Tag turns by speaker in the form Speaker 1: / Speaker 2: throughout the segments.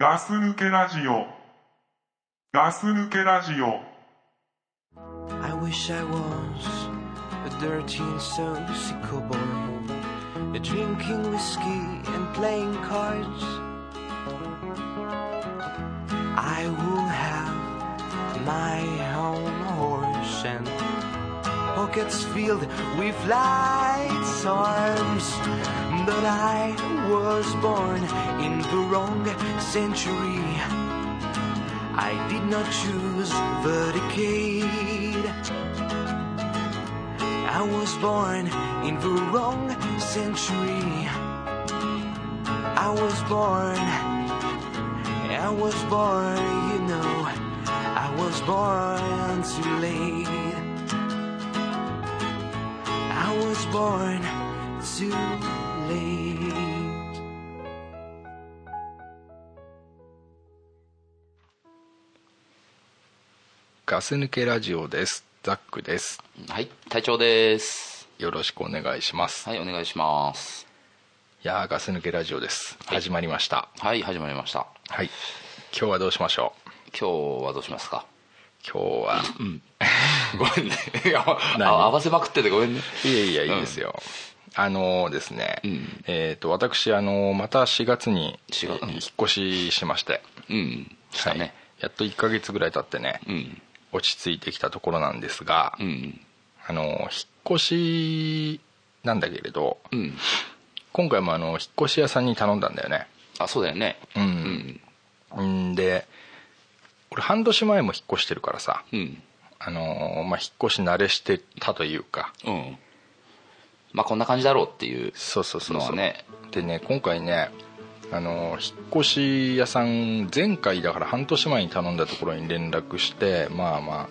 Speaker 1: ガス抜けラジオ。ガス抜けラジオ。
Speaker 2: I wish I was a dirty and social boy, drinking whiskey and playing cards. I will have my own horse and pockets filled with lights arms. But I was born in the wrong century. I did not choose the decade. I was born in the wrong century. I was born, I was born, you know, I was born too late. I was born too late.
Speaker 3: ガス抜けラジオです。ザックです。
Speaker 4: はい、隊長です。
Speaker 3: よろしくお願いします。
Speaker 4: はい、お願いします。
Speaker 3: いやーガス抜けラジオです。
Speaker 4: はい
Speaker 3: 始まりました。
Speaker 4: はい、始まりました。
Speaker 3: はい。今日はどうしましょう
Speaker 4: 今日はどうしますか
Speaker 3: 今日は、
Speaker 4: ごめんね。いや
Speaker 3: 何
Speaker 4: あ合わせまくっててごめんね。
Speaker 3: いやいやいいですよ。あのーですね、えっ、と、私、あのーまた4月に
Speaker 4: 4月うん
Speaker 3: 引っ越ししまして、
Speaker 4: うん、した
Speaker 3: はい
Speaker 4: ね。
Speaker 3: やっと1ヶ月ぐらい経ってね、
Speaker 4: うん、
Speaker 3: 落ち着いてきたところなんですが、
Speaker 4: うん、
Speaker 3: あのー引っ越しなんだけれど、
Speaker 4: うん。
Speaker 3: 今回もあの引っ越し屋さんに頼んだんだよね。
Speaker 4: あ、そうだよね。
Speaker 3: うん、うん、で俺半年前も引っ越してるからさ、
Speaker 4: うん、
Speaker 3: あのーまあ、引っ越し慣れしてたというか
Speaker 4: うん。まあこんな感じだろうっていう
Speaker 3: そうそうそう
Speaker 4: の
Speaker 3: そ
Speaker 4: は
Speaker 3: う、
Speaker 4: ね。
Speaker 3: でね今回ね、あのー引っ越し屋さん前回だから半年前に頼んだところに連絡してまあまあ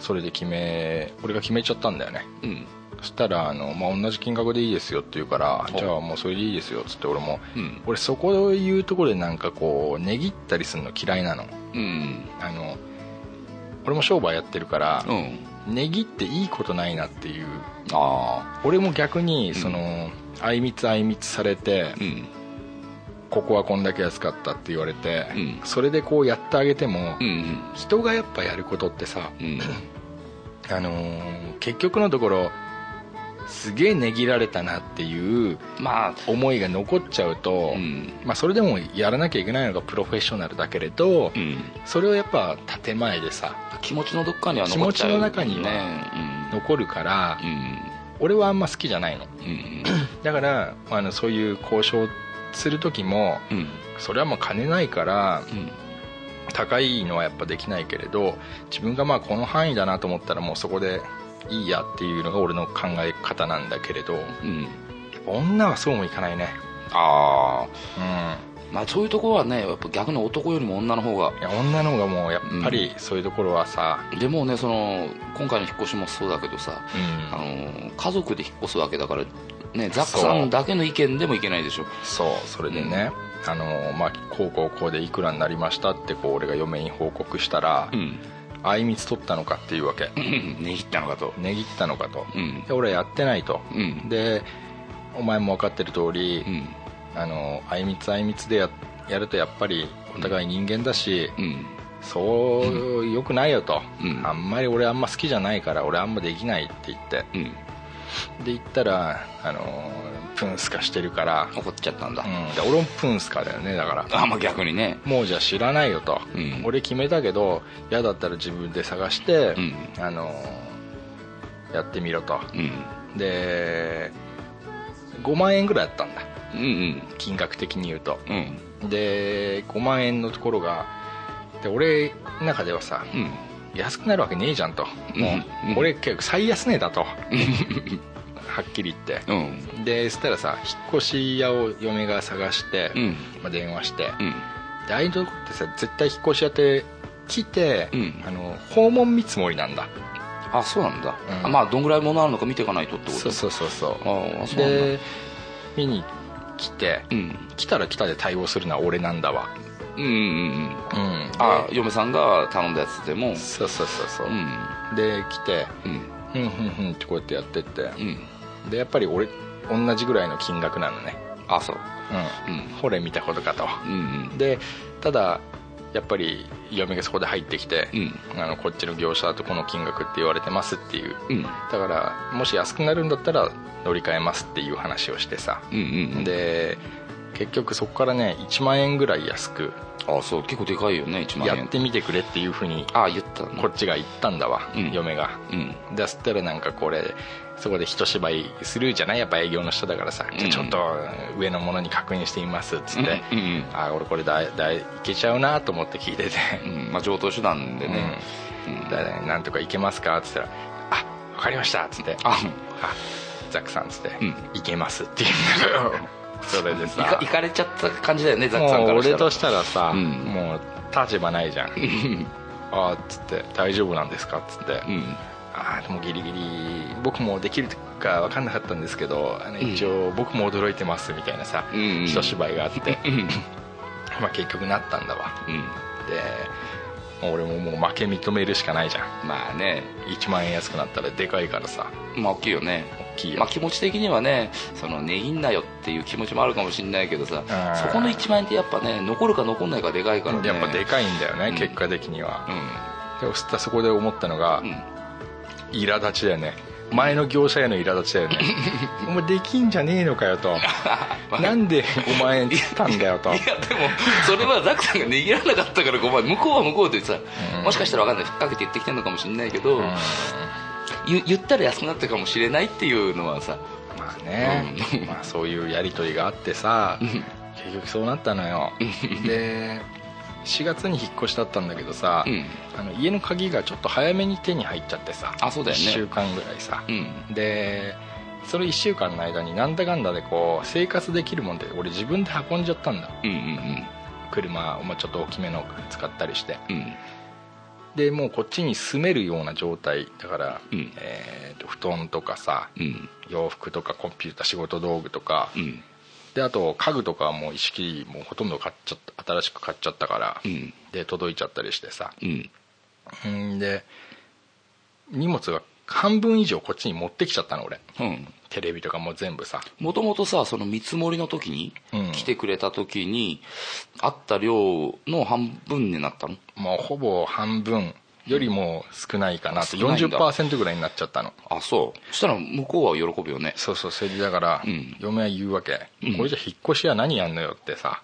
Speaker 3: それで決め俺が決めちゃったんだよね
Speaker 4: うん、
Speaker 3: そしたらあの、まあ、同じ金額でいいですよって言うから
Speaker 4: お
Speaker 3: じゃあもうそれでいいですよっつって俺も、
Speaker 4: うん
Speaker 3: 俺そこを言うところでなんかこう値切ったりするの嫌いなの
Speaker 4: うん、
Speaker 3: あの俺も商売やってるから
Speaker 4: う、ん。
Speaker 3: 値切っていいことないなっていう
Speaker 4: ああ、
Speaker 3: 俺も逆にその、あいみつあいみつされて、
Speaker 4: うん、
Speaker 3: ここはこんだけ安かったって言われて、
Speaker 4: うん
Speaker 3: それでこうやってあげても、
Speaker 4: うん、
Speaker 3: 人がやっぱやることってさ、
Speaker 4: うん、
Speaker 3: あのー結局のところすげえ値切られたなっていう
Speaker 4: まあ、
Speaker 3: 思いが残っちゃうと、
Speaker 4: うん、
Speaker 3: まあ、それでもやらなきゃいけないのがプロフェッショナルだけれど、
Speaker 4: うん。
Speaker 3: それをやっぱ建前でさ
Speaker 4: 気持ちのどっかには残っちゃうよね。
Speaker 3: 気持ちの中に
Speaker 4: ね。
Speaker 3: 残るから、
Speaker 4: うん、
Speaker 3: 俺はあんま好きじゃないの
Speaker 4: うん、うん、
Speaker 3: だからあのそういう交渉する時も
Speaker 4: うん、
Speaker 3: それはもう金ないから
Speaker 4: うん。
Speaker 3: 高いのはやっぱできないけれど自分がまあこの範囲だなと思ったらもうそこでいいやっていうのが俺の考え方なんだけれど
Speaker 4: うん、
Speaker 3: 女はそうもいかないね
Speaker 4: ああ
Speaker 3: うん
Speaker 4: まあそういうところはねやっぱ逆に男よりも女の方が
Speaker 3: いや女の方がもうやっぱりそういうところはさ、
Speaker 4: でもねその今回の引っ越しもそうだけどさ、
Speaker 3: うん
Speaker 4: あの家族で引っ越すわけだからねザックさんだけの意見でもいけないでしょ
Speaker 3: そうそれでね、あのまあ、こうこうこうでいくらになりましたってこう俺が嫁に報告したら
Speaker 4: うん
Speaker 3: 「あいみつ取ったのか」っていうわけ
Speaker 4: ねぎったのかと
Speaker 3: 値切ったのかと
Speaker 4: うん
Speaker 3: で俺はやってないと
Speaker 4: うん
Speaker 3: でお前も分かってる通り、
Speaker 4: うん
Speaker 3: あのあいみつあいみつでややるとやっぱりお互い人間だし、
Speaker 4: うん
Speaker 3: そうよくないよと、
Speaker 4: うん
Speaker 3: あんまり俺あんま好きじゃないから俺あんまできないって言って
Speaker 4: うん
Speaker 3: で言ったらあのプンスカしてるから、
Speaker 4: 怒っちゃったんだ、
Speaker 3: うん、で俺もプンスカだよねだから
Speaker 4: あまあ逆にね
Speaker 3: もうじゃあ知らないよと、
Speaker 4: うん
Speaker 3: 俺決めたけど嫌だったら自分で探して、
Speaker 4: うん
Speaker 3: あのやってみろと
Speaker 4: うん
Speaker 3: で5万円ぐらいあったんだ
Speaker 4: うん
Speaker 3: 金額的に言うと
Speaker 4: うんうん
Speaker 3: で5万円のところがで俺の中ではさ
Speaker 4: うん
Speaker 3: 安くなるわけねえじゃんと
Speaker 4: うん
Speaker 3: もう、
Speaker 4: うん
Speaker 3: 俺結構最安値だと はっきり言って
Speaker 4: うん
Speaker 3: でそしたらさ引っ越し屋を嫁が探して、
Speaker 4: うん
Speaker 3: まあ、電話して、
Speaker 4: うん
Speaker 3: でああいうとこってさ絶対引っ越し屋って来て、
Speaker 4: うん
Speaker 3: あの訪問見積もりなんだ
Speaker 4: あそうなんだ、
Speaker 3: うん
Speaker 4: あまあどんぐらいものあるのか見ていかないとってこと
Speaker 3: そうそうそうそ
Speaker 4: あ
Speaker 3: う
Speaker 4: あそうなんだ
Speaker 3: で見に来て
Speaker 4: うん
Speaker 3: 来たら来たで対応するのは俺なんだわ
Speaker 4: うんうんうん
Speaker 3: うん
Speaker 4: あ嫁さんが頼んだやつでも
Speaker 3: でそうそうそうそうう、
Speaker 4: ん
Speaker 3: で来て
Speaker 4: うん
Speaker 3: うんうんうんってこうやってやってって
Speaker 4: うん
Speaker 3: でやっぱり俺同じぐらいの金額なのね
Speaker 4: あそう
Speaker 3: う
Speaker 4: うん
Speaker 3: ん、ほれ見たことかと
Speaker 4: うん
Speaker 3: でただやっぱり嫁がそこで入ってきて、
Speaker 4: うん
Speaker 3: あのこっちの業者とこの金額って言われてますっていう
Speaker 4: うんうん
Speaker 3: だからもし安くなるんだったら乗り換えますっていう話をしてさ、
Speaker 4: うんうん
Speaker 3: で結局そこからね1万円ぐらい安く
Speaker 4: あそう結構でかいよね1万円
Speaker 3: やってみてくれっていうふうに
Speaker 4: あ言ったね
Speaker 3: こっちが言ったんだわ、
Speaker 4: うん
Speaker 3: 嫁が
Speaker 4: うん
Speaker 3: 出したらなんかこれそこで一芝居するじゃないやっぱ営業の人だからさ、
Speaker 4: ん
Speaker 3: じゃあちょっと上のものに確認してみますっつって、
Speaker 4: うんうん
Speaker 3: あ俺これだだいけちゃうなと思って聞いてて、
Speaker 4: うんまあ上等手段でねうん
Speaker 3: だなんとかいけますかっつったら「あわかりました」っつって「
Speaker 4: あ
Speaker 3: あザックさん」っつって
Speaker 4: うん
Speaker 3: 「いけます」っていう それで
Speaker 4: いか
Speaker 3: さ
Speaker 4: いかれちゃった感じだよねザックさん
Speaker 3: もう
Speaker 4: からした
Speaker 3: 俺
Speaker 4: ら
Speaker 3: としたらさ、
Speaker 4: うん
Speaker 3: もう立場ないじゃん「 あっつって「大丈夫なんですか?」っつって「
Speaker 4: うん
Speaker 3: ああでもギリギリ僕もできるか分かんなかったんですけどあの
Speaker 4: ん
Speaker 3: 一応僕も驚いてます」みたいなさ、
Speaker 4: うんうん
Speaker 3: 一芝居があって
Speaker 4: うん
Speaker 3: まあ結局なったんだわ
Speaker 4: うん
Speaker 3: でもう俺ももう負け認めるしかないじゃん
Speaker 4: まあね
Speaker 3: 1万円安くなったらでかいからさ
Speaker 4: まあ大きいよね
Speaker 3: 大きいよ、
Speaker 4: まあ、気持ち的にはねその値切んなよっていう気持ちもあるかもしれないけどさ
Speaker 3: ん
Speaker 4: そこの1万円ってやっぱね残るか残んないかでかいからね
Speaker 3: やっぱでかいんだよね、
Speaker 4: うん
Speaker 3: 結果的には
Speaker 4: う、
Speaker 3: でもすったそこで思ったのが、
Speaker 4: んうん
Speaker 3: 苛立ちだよね前の業者への苛立ちだ よねお前できんじゃねえのかよとなんで5万円つったんだよと
Speaker 4: いやでもそれはザクさんが値切らなかったからごめん向こうは向こうでさ、もしかしたら分かんないふっかけて言ってきてるのかもしれないけど、ゆ言ったら安くなったかもしれないっていうのはさ
Speaker 3: まあね、まあそういうやり取りがあってさ結局そうなったのよで4月に引っ越しだったんだけどさ、
Speaker 4: うん
Speaker 3: あの家の鍵がちょっと早めに手に入っちゃってさ
Speaker 4: あそうだよね
Speaker 3: 1週間ぐらいさ
Speaker 4: う、ん
Speaker 3: でそれ1週間の間になんだかんだでこう生活できるもんで俺自分で運んじゃったんだ
Speaker 4: うんうん
Speaker 3: 車をまあちょっと大きめの使ったりして
Speaker 4: うん
Speaker 3: でもうこっちに住めるような状態だから、
Speaker 4: うん
Speaker 3: えーと布団とかさ
Speaker 4: うんうん
Speaker 3: 洋服とかコンピューター仕事道具とか、
Speaker 4: うん
Speaker 3: であと家具とかはもう一式もうほとんど買っちゃった新しく買っちゃったから、
Speaker 4: うん
Speaker 3: で届いちゃったりしてさ
Speaker 4: うん
Speaker 3: うんで荷物が半分以上こっちに持ってきちゃったの俺
Speaker 4: うん
Speaker 3: テレビとかも全部さ
Speaker 4: もともとさその見積もりの時に、
Speaker 3: うん
Speaker 4: 来てくれた時にあった量の半分になったの
Speaker 3: もうほぼ半分よりも少ないかなって
Speaker 4: 少ないんだ
Speaker 3: 40%ぐらいになっちゃったの
Speaker 4: あそうそしたら向こうは喜ぶよね
Speaker 3: そうそうそれでだから、
Speaker 4: うん
Speaker 3: 嫁は言うわけ、これじゃ引っ越しは何やんのよってさ、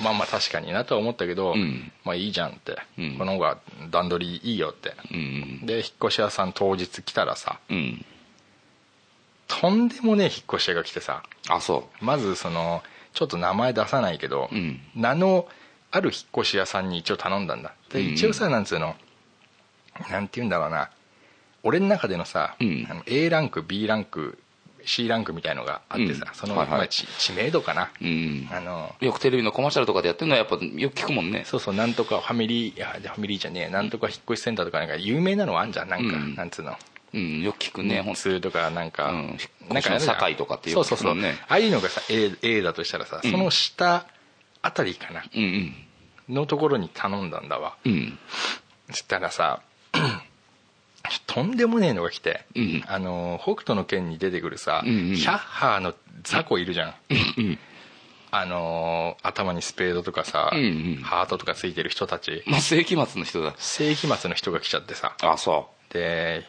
Speaker 3: まあまあ確かになとは思ったけど、
Speaker 4: うん
Speaker 3: まあいいじゃんって、
Speaker 4: うん
Speaker 3: この方が段取りいいよって、
Speaker 4: うん
Speaker 3: で引っ越し屋さん当日来たらさ
Speaker 4: うん
Speaker 3: とんでもねえ引っ越し屋が来てさ
Speaker 4: あそ
Speaker 3: まずそのちょっと名前出さないけど、
Speaker 4: うん
Speaker 3: 名のある引っ越し屋さんに一応頼んだんだで
Speaker 4: うんうん
Speaker 3: 一応さなんつうのなんて言うんだろうな俺の中でのさ、
Speaker 4: うん
Speaker 3: あの A ランク B ランク C ランクみたいのがあってさ、
Speaker 4: うん
Speaker 3: その、
Speaker 4: はいはい
Speaker 3: まあ知知名度かな、
Speaker 4: ううん
Speaker 3: あの
Speaker 4: よくテレビのコマーシャルとかでやってるのはやっぱよく聞くもんね
Speaker 3: そうそうなんとかファミリーいやじゃあファミリーじゃねえなんとか引っ越しセンターとかなんか有名なのあんじゃんなんか、
Speaker 4: うん
Speaker 3: なんつうの
Speaker 4: うんよく聞くね本
Speaker 3: 通とかなんか、
Speaker 4: うん
Speaker 3: なんかあるじゃん
Speaker 4: 堺とかっていう
Speaker 3: そうそうそう、
Speaker 4: うんね
Speaker 3: ああいうのがさ A, A だとしたらさその下あたりかな
Speaker 4: 当に
Speaker 3: のところに頼んだんだわ
Speaker 4: うんうん
Speaker 3: そしたらさ とんでもねえのが来て、
Speaker 4: うん
Speaker 3: あの北斗の拳に出てくるさ、
Speaker 4: うんうん
Speaker 3: ヒャッハーの雑魚いるじゃん、
Speaker 4: うんうん
Speaker 3: あの頭にスペードとかさ、
Speaker 4: うんうん
Speaker 3: ハートとかついてる人たち
Speaker 4: まあ世紀末の人だ
Speaker 3: 世紀末の人が来ちゃってさ
Speaker 4: あそ
Speaker 3: で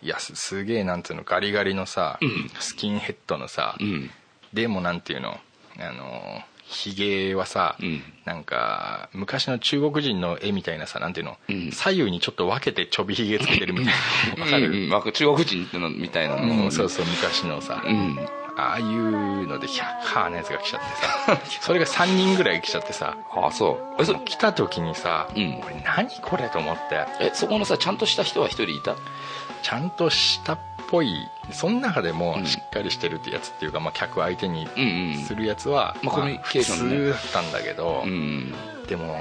Speaker 3: いやすすげえなんつうのガリガリのさ、スキンヘッドのさ、
Speaker 4: うん
Speaker 3: でもなんていうのあのひげはさ、
Speaker 4: うん
Speaker 3: なんか昔の中国人の絵みたいなさなんていうの、
Speaker 4: うん
Speaker 3: 左右にちょっと分けてちょびひげつけてるみたいなわか
Speaker 4: う
Speaker 3: る、
Speaker 4: んうん、中国人ってのみたいな
Speaker 3: うん
Speaker 4: の
Speaker 3: そうそう昔のさ、
Speaker 4: ん
Speaker 3: ああいうのでヒャッハーなやつが来ちゃってさそれが3人ぐらい来ちゃってさ
Speaker 4: あそうえそ
Speaker 3: 来た時にさ、
Speaker 4: うん
Speaker 3: 俺何これと思って
Speaker 4: えそこのさちゃんとした人は一人いた
Speaker 3: ちゃんとしたっぽいその中でも
Speaker 4: うん
Speaker 3: しっかりしてるってやつっていうか、まあ、客相手に
Speaker 4: うんうん
Speaker 3: するやつは、
Speaker 4: まあコミュニケーションね
Speaker 3: 普通だったんだけど、
Speaker 4: うん
Speaker 3: でも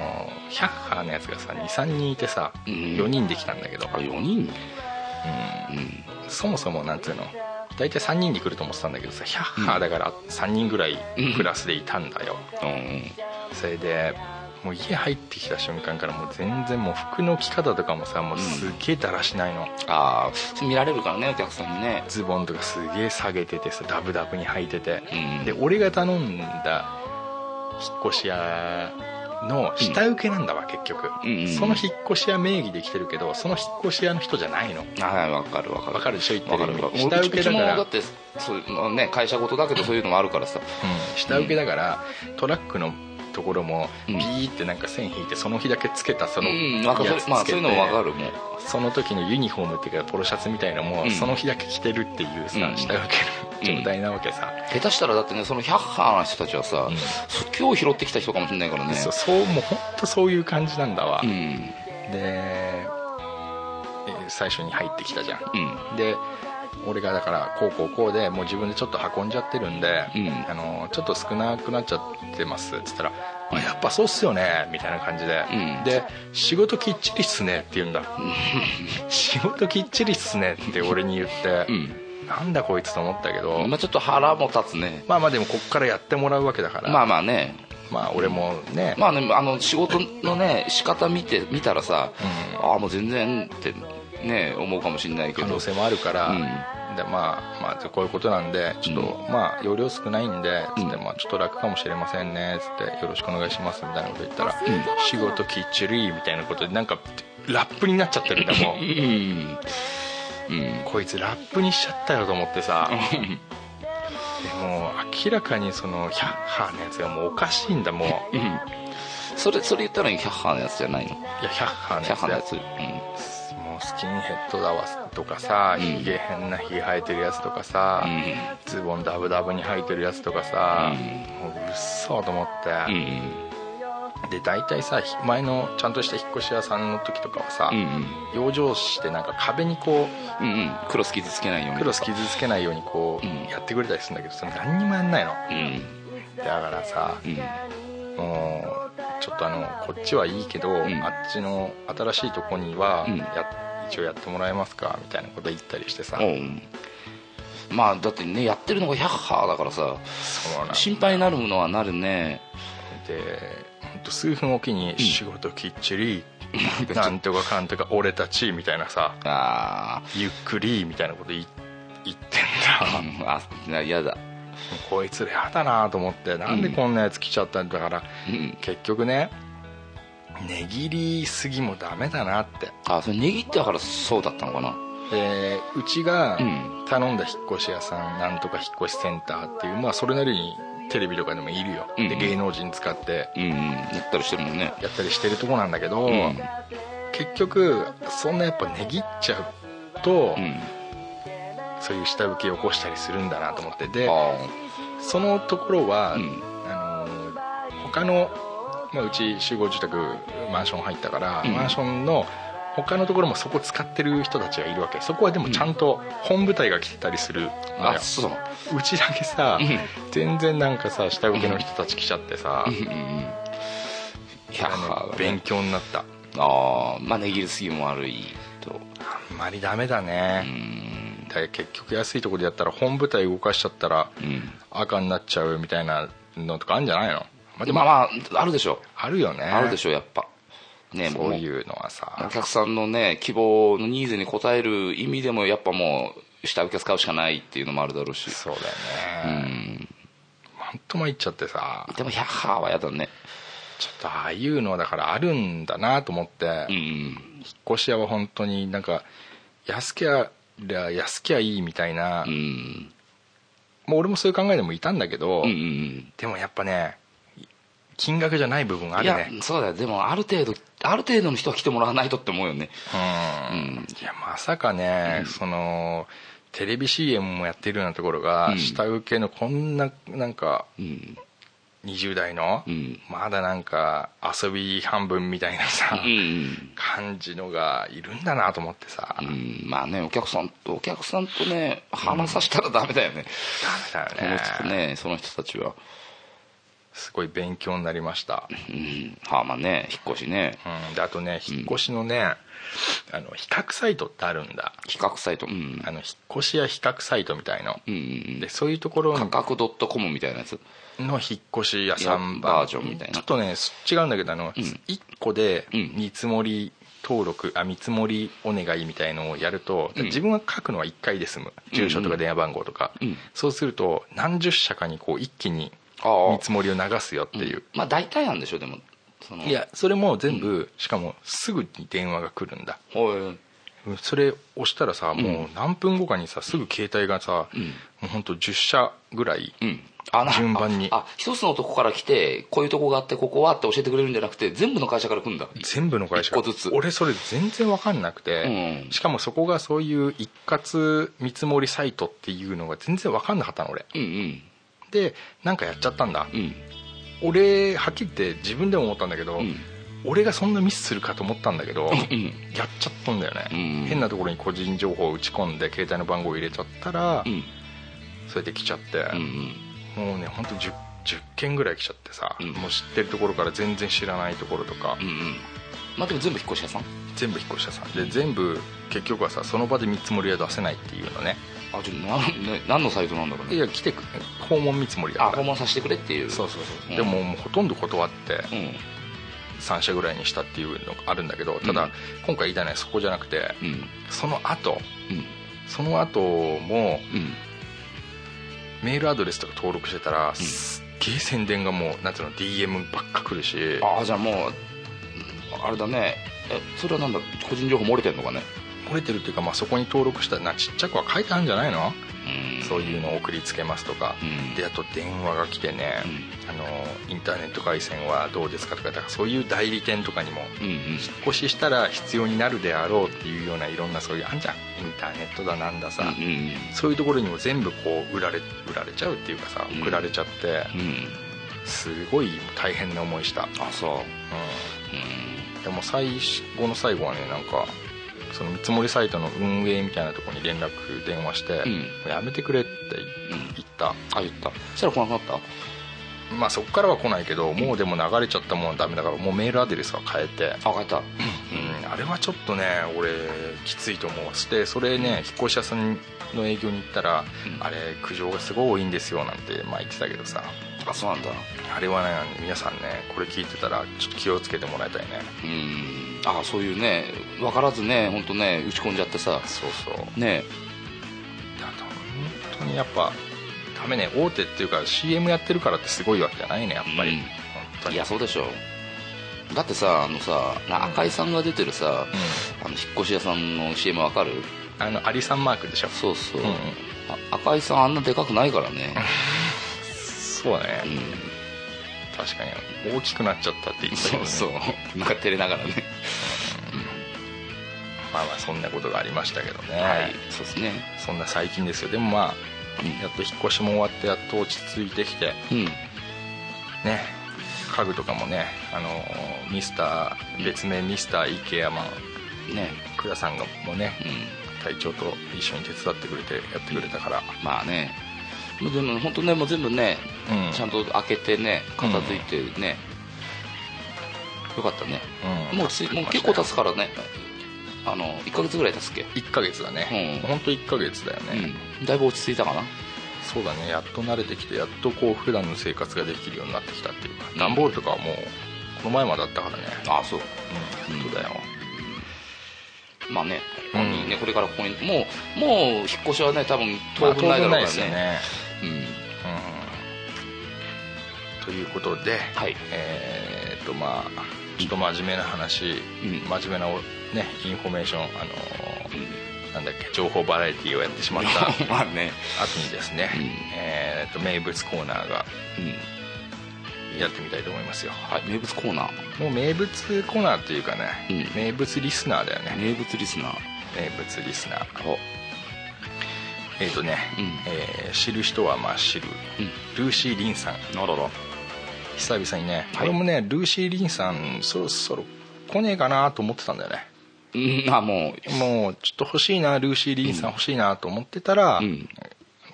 Speaker 3: ヒャッハーのやつがさ23人いてさ、
Speaker 4: うん
Speaker 3: 4人できたんだけど、
Speaker 4: あ4人
Speaker 3: そもそもなんていうの大体3人で来ると思ってたんだけどさヒャッハーだから3人ぐらいクラスでいたんだよ、
Speaker 4: うん
Speaker 3: それでもう家入ってきた瞬間からもう全然もう服の着方とかもさもうすげえだらしないの、
Speaker 4: ああ見られるからねお客さんにね
Speaker 3: ズボンとかすげえ下げててさダブダブに履いてて、
Speaker 4: うん
Speaker 3: で俺が頼んだ引っ越し屋の下請けなんだわ、結局、
Speaker 4: うんうん
Speaker 3: その引っ越し屋名義で来てるけどその引っ越し屋の人じゃないの
Speaker 4: はいわかるわかる
Speaker 3: わかるでしょ言って
Speaker 4: わか
Speaker 3: る
Speaker 4: る
Speaker 3: 意
Speaker 4: わ
Speaker 3: 味
Speaker 4: かる
Speaker 3: 下請けだか
Speaker 4: うちも
Speaker 3: ら
Speaker 4: だってそういうのね会社ごとだけどそういうのもあるからさ
Speaker 3: うん下請けだから、トラックのところも
Speaker 4: うん
Speaker 3: ビーってなんか線引いてその日だけつけたそうの
Speaker 4: んわかる
Speaker 3: やつつけて
Speaker 4: まあそういうのもわかるもう
Speaker 3: その時のユニフォームっていうかポロシャツみたいのも、
Speaker 4: うん
Speaker 3: その日だけ着てるっていうさ、
Speaker 4: うん
Speaker 3: 下請けの状態なわけさ、
Speaker 4: 下手したらだってねその100ハの人たちはさ、
Speaker 3: うん
Speaker 4: そ今日拾ってきた人かもしれないからね
Speaker 3: そうそうもう本当そういう感じなんだわ、
Speaker 4: うん
Speaker 3: でえー最初に入ってきたじゃん
Speaker 4: うん
Speaker 3: で俺がだからこうこうこうでもう自分でちょっと運んじゃってるんで、
Speaker 4: うん
Speaker 3: あのちょっと少なくなっちゃってますっつったら「あやっぱそうっすよね」みたいな感じで、
Speaker 4: うん
Speaker 3: で「仕事きっちりっすね」って言うんだ 「仕事きっちりっすね」って俺に言って、
Speaker 4: う
Speaker 3: なんだこいつと思ったけど、
Speaker 4: んまあちょっと腹も立つね
Speaker 3: まあまあでもこっからやってもらうわけだから
Speaker 4: まあまあね
Speaker 3: まあ俺もね、
Speaker 4: まあねあの仕事のね仕方見て見たらさ、
Speaker 3: う
Speaker 4: ああもう全然ってね思うかもしれないけ
Speaker 3: 可
Speaker 4: ど
Speaker 3: 能性もあるから、
Speaker 4: うん
Speaker 3: でまあまあこういうことなんでちょっと、
Speaker 4: う
Speaker 3: まあ容量少ないんでつって、
Speaker 4: うん
Speaker 3: まあ、ちょっと楽かもしれませんねつってよろしくお願いしますみたいなこと言ったら、
Speaker 4: うん
Speaker 3: 仕事きっちりみたいなことでなんかラップになっちゃってるんだも
Speaker 4: うんんうん
Speaker 3: こいつラップにしちゃったよと思ってさでも明らかにそのヒャッハーのやつがもうおかしいんだもうい
Speaker 4: うんそれそれ言ったのにキャッハーのやつじゃないの
Speaker 3: やヒャッハーの
Speaker 4: キャッハーの
Speaker 3: や
Speaker 4: や
Speaker 3: つ
Speaker 4: つ、うん
Speaker 3: もうスキンヘッドだわとかさ
Speaker 4: うん
Speaker 3: ひげ変なひげ生えてるやつとかさ、
Speaker 4: うん
Speaker 3: ズボンダブダブに履いてるやつとかさ、
Speaker 4: うん
Speaker 3: もううっそーと思って、
Speaker 4: うん
Speaker 3: で大体さひ前のちゃんとした引っ越し屋さんの時とかはさ、
Speaker 4: うんうん
Speaker 3: 養生してなんか壁にこう
Speaker 4: うんうんクロス傷つけないように
Speaker 3: クロス傷つけないようにこう、
Speaker 4: うん
Speaker 3: やってくれたりするんだけどそれ何にもやんないの
Speaker 4: うん
Speaker 3: だからさ
Speaker 4: うん
Speaker 3: もうちょっとあのこっちはいいけど、
Speaker 4: ん
Speaker 3: あっちの新しいとこには
Speaker 4: うん
Speaker 3: や一応やってもらえますかみたいなこと言ったりしてさ、
Speaker 4: うんまあだってねやってるのが100ハーだからさ
Speaker 3: そうなんだ
Speaker 4: 心配になるものはなるね
Speaker 3: でほんと数分おきに「仕事きっちり」
Speaker 4: う ん
Speaker 3: なんとかかんとか俺たち」みたいなさ
Speaker 4: あ
Speaker 3: 「ゆっくり」みたいなこと言い言って
Speaker 4: ー
Speaker 3: んだ
Speaker 4: あなやだ
Speaker 3: こいつらやだなと思ってなんでこんなやつ来ちゃったんだから、
Speaker 4: うん
Speaker 3: 結局ね値切りすぎもダメだなって
Speaker 4: あそれ値切ってだからそうだったのかな
Speaker 3: でうちが
Speaker 4: うん
Speaker 3: 頼んだ引っ越し屋さんなんとか引っ越しセンターっていうまあそれなりにテレビとかでもいるよ、
Speaker 4: うん
Speaker 3: で芸能人使って
Speaker 4: うんうんやったりしてるもんね
Speaker 3: やったりしてるとこなんだけど、
Speaker 4: うんうん
Speaker 3: 結局そんなやっぱ値切っちゃうと、そういう下請けを起こしたりするんだなと思ってで
Speaker 4: あ
Speaker 3: そのところは、
Speaker 4: うん
Speaker 3: あのー他の、まあ、うち集合住宅マンション入ったから、
Speaker 4: うん
Speaker 3: マンションの他のところもそこ使ってる人たちがいるわけそこはでもちゃんと本部隊が来てたりするのよ
Speaker 4: ああそう
Speaker 3: うちだけさ、
Speaker 4: うん
Speaker 3: 全然なんかさ下請けの人たち来ちゃってさ、
Speaker 4: うんうん100ハーが
Speaker 3: 勉
Speaker 4: ね
Speaker 3: 強になった
Speaker 4: ああまあ値切りすぎも悪いと
Speaker 3: あんまりダメだね
Speaker 4: う、ん
Speaker 3: だから結局安いところでやったら本部隊動かしちゃったら
Speaker 4: うん
Speaker 3: 赤になっちゃうみたいなのとかあるんじゃないのまあで
Speaker 4: ま
Speaker 3: も
Speaker 4: あまああるでしょ
Speaker 3: あるよね
Speaker 4: あるでしょやっぱね
Speaker 3: そう
Speaker 4: う
Speaker 3: いうのは
Speaker 4: お
Speaker 3: さ
Speaker 4: 客さんのね希望のニーズに応える意味でもやっぱもう下請け使うしかないっていうのもあるだろうし
Speaker 3: そう
Speaker 4: う
Speaker 3: だよね
Speaker 4: ん
Speaker 3: ほんと参っちゃってさ
Speaker 4: でも100ハーはやだね
Speaker 3: ちょっとああいうのはだからあるんだなと思って、
Speaker 4: うん
Speaker 3: 引っ越し屋は本当になんか安きゃ安きゃいいみたいな、
Speaker 4: うんうん
Speaker 3: もう俺もそういう考えでもいたんだけど、
Speaker 4: うんうん
Speaker 3: でもやっぱね金額じゃない部分があ
Speaker 4: い
Speaker 3: る
Speaker 4: や
Speaker 3: ね
Speaker 4: そうだよでもある程度ある程度の人は来てもらわないとって思うよね
Speaker 3: うん
Speaker 4: うん
Speaker 3: いやまさかね、そのテレビ CM もやってるようなところが、
Speaker 4: うん
Speaker 3: 下請けのこんななんか
Speaker 4: うん
Speaker 3: 20代の、
Speaker 4: うん
Speaker 3: まだなんか遊び半分みたいなさ、
Speaker 4: うん
Speaker 3: 感じのがいるんだなと思ってさ、
Speaker 4: う
Speaker 3: ダメ
Speaker 4: んまあねお客さんとお客さんとね話させたらダメだよね
Speaker 3: だよ
Speaker 4: 思い
Speaker 3: ね
Speaker 4: つくねその人たちは
Speaker 3: すごい勉強になりました、
Speaker 4: うんハーマンね引っ越しね
Speaker 3: うん、であとね引っ越しのね、あの比較サイトってあるんだ
Speaker 4: 比較サイトうん
Speaker 3: あの引っ越しや比較サイトみたいの、
Speaker 4: うんうん
Speaker 3: でそういうところ
Speaker 4: 価
Speaker 3: の
Speaker 4: 格 .com みたいなやつ
Speaker 3: 引っ越し屋さん
Speaker 4: バージョンみたいな
Speaker 3: ちょっとねす違うんだけどあの、
Speaker 4: ん
Speaker 3: 1個で
Speaker 4: うん
Speaker 3: 見積もり登録あ見積もりお願いみたいのをやると、
Speaker 4: うん
Speaker 3: 自分が書くのは1回で済む住所とか電話番号とか、
Speaker 4: うん
Speaker 3: そうすると何十社かにこう一気に
Speaker 4: ああ
Speaker 3: 見積もりを流すよっていう、
Speaker 4: まあ大体なんでしょうでもその
Speaker 3: いやそれも全部、しかもすぐに電話が来るんだ
Speaker 4: おい
Speaker 3: それ押したらさもう何分後かにさすぐ携帯がさ、
Speaker 4: ん
Speaker 3: もうほんと10社ぐらい、
Speaker 4: うんあな
Speaker 3: 順番に
Speaker 4: ああ一つのとこから来てこういうとこがあってここはって教えてくれるんじゃなくて全部の会社から来るんだ
Speaker 3: 全部の会社
Speaker 4: 一個ずつ
Speaker 3: 俺それ全然分かんなくて、
Speaker 4: うん
Speaker 3: しかもそこがそういう一括見積もりサイトっていうのが全然分かんなかったの俺
Speaker 4: うんうん
Speaker 3: でなんかやっちゃったんだ、
Speaker 4: うん
Speaker 3: 俺はっきり言って自分でも思ったんだけど、
Speaker 4: うん
Speaker 3: 俺がそんなミスするかと思ったんだけど、
Speaker 4: うん
Speaker 3: やっちゃったんだよね、
Speaker 4: うん
Speaker 3: 変なところに個人情報を打ち込んで携帯の番号を入れちゃったら、
Speaker 4: うん
Speaker 3: それで来ちゃって、
Speaker 4: うんうん
Speaker 3: もうね本当十 10, 10件ぐらい来ちゃってさ、
Speaker 4: うん
Speaker 3: もう知ってるところから全然知らないところとか、
Speaker 4: うんうんまあでも全部引っ越し屋さん
Speaker 3: 全部引っ越したさで全部結局はさその場で見積もりは出せないっていうのね
Speaker 4: あじゃあなんね何のサイトなんだろう
Speaker 3: い
Speaker 4: ね
Speaker 3: や来てく訪問見積もりだ
Speaker 4: あ
Speaker 3: か
Speaker 4: 訪
Speaker 3: ら
Speaker 4: 問させてくれっていう
Speaker 3: そうそうそう、
Speaker 4: うん
Speaker 3: でももうほとんど断って
Speaker 4: うん
Speaker 3: 3社ぐらいにしたっていうのがあるんだけどただ、
Speaker 4: うん
Speaker 3: 今回言いたいのはそこじゃなくて
Speaker 4: うん
Speaker 3: その後
Speaker 4: うん
Speaker 3: その後も
Speaker 4: うん
Speaker 3: メールアドレスとか登録してたら、すっげえ宣伝がもうなんていうの DM ばっか来るし
Speaker 4: ああじゃあもうあれだねえそれはなんだ個人情報漏れてんのかね
Speaker 3: 漏れてるっていうか、まあ、そこに登録したなちっちゃくは書いてあるんじゃないの、
Speaker 4: うん
Speaker 3: そういうのを送りつけますとか、
Speaker 4: うん
Speaker 3: であと電話が来てね、あのインターネット回線はどうですかとかだからそういう代理店とかにも
Speaker 4: うんうん
Speaker 3: 引っ越ししたら必要になるであろうっていうようないろんなそういうあんじゃんインターネットだなんださ、
Speaker 4: うんうん
Speaker 3: そういうところにも全部こう売られ売られちゃうっていうかさ
Speaker 4: うん
Speaker 3: 送られちゃって
Speaker 4: うんうん
Speaker 3: すごい大変な思いした、
Speaker 4: あそう
Speaker 3: うん、でも最後の最後はねなんかその見積もりサイトの運営みたいなところに連絡電話して、
Speaker 4: うん
Speaker 3: やめてくれって言った、
Speaker 4: あ言ったそしたら来なくなった
Speaker 3: まあ、そこからは来ないけどもうでも流れちゃったものはダメだからもうメールアドレスは変えて、
Speaker 4: あ帰った
Speaker 3: うん、あれはちょっとね俺きついと思うしてそれね引っ越し屋さんの営業に行ったら、
Speaker 4: うん
Speaker 3: あれ苦情がすごい多いんですよなんてまあ言ってたけどさ
Speaker 4: あそうなんだ
Speaker 3: あれはね皆さんねこれ聞いてたらちょっと気をつけてもらいたいね
Speaker 4: うんあそういうね分からずね本当ね打ち込んじゃってさ
Speaker 3: そうそう
Speaker 4: ね
Speaker 3: あと本当にやっぱダメね大手っていうか CM やってるからってすごいわけじゃないねやっぱり、
Speaker 4: うん
Speaker 3: 本当に
Speaker 4: いやそうでしょだってさあのさな赤井さんが出てるさ、あの引っ越し屋さんの CM わかる
Speaker 3: あのアリさんマークでしょ
Speaker 4: そうそう、
Speaker 3: うんうん
Speaker 4: あ赤井さんあんなでかくないからね、
Speaker 3: そうだね、
Speaker 4: うん、
Speaker 3: 確かに大きくなっちゃったって言ってたけ
Speaker 4: そ
Speaker 3: ど、ね、
Speaker 4: うそうなんか照れながらね
Speaker 3: まあまあそんなことがありましたけどね、
Speaker 4: はいそうですね
Speaker 3: そんな最近ですよでもまあ
Speaker 4: うん
Speaker 3: やっと引っ越しも終わってやっと落ち着いてきて
Speaker 4: うん
Speaker 3: ね家具とかもねあのーミスター別名ミスターイケアマン
Speaker 4: ね
Speaker 3: 倉さんがもね
Speaker 4: うん
Speaker 3: 隊長と一緒に手伝ってくれてやってくれたから
Speaker 4: まあねでも本当ねもう全部ね
Speaker 3: うん
Speaker 4: ちゃんと開けてね片付いてね、よかったね
Speaker 3: うん
Speaker 4: もうついもう結構経つからねあの1ヶ月ぐらい経つっけ
Speaker 3: 1ヶ月だね、
Speaker 4: うん
Speaker 3: 本当1ヶ月だよね、
Speaker 4: うんだいぶ落ち着いたかな
Speaker 3: そうだねやっと慣れてきてやっとこう普段の生活ができるようになってきたっていうか
Speaker 4: うん
Speaker 3: 段ボールとかはもうこの前まであったからね
Speaker 4: ああそう
Speaker 3: うん本当だよ
Speaker 4: まあねここにね、
Speaker 3: うん
Speaker 4: これからここにもうもう引っ越しはね多分当分ないだろ
Speaker 3: ま
Speaker 4: うか
Speaker 3: あ
Speaker 4: ら
Speaker 3: ですよ
Speaker 4: ね,、
Speaker 3: ね
Speaker 4: うん
Speaker 3: うんということで
Speaker 4: はい
Speaker 3: えーっとまあちょっと真面目な話、
Speaker 4: うん
Speaker 3: 真面目なおねインフォメーションあのーなんだっけ情報バラエティーをやってしまった後
Speaker 4: まあね、
Speaker 3: にですね、
Speaker 4: うん
Speaker 3: えーっと名物コーナーが
Speaker 4: うん
Speaker 3: やってみたいと思いますよ
Speaker 4: はい、名物コーナー
Speaker 3: もう名物コーナーっていうかね、
Speaker 4: うん
Speaker 3: 名物リスナーだよね
Speaker 4: 名物リスナー
Speaker 3: 名物リスナー
Speaker 4: お
Speaker 3: えっ、とね、
Speaker 4: うん
Speaker 3: えー知る人はまあ知る、ルーシー・リンさん
Speaker 4: ならら
Speaker 3: 久々にね、
Speaker 4: はい
Speaker 3: 俺もねルーシー・リンさんそろそろ来ねえかなと思ってたんだよね
Speaker 4: うんあも
Speaker 3: もうちょっと欲しいなルーシー・リンさん欲しいなと思ってたら、
Speaker 4: ううん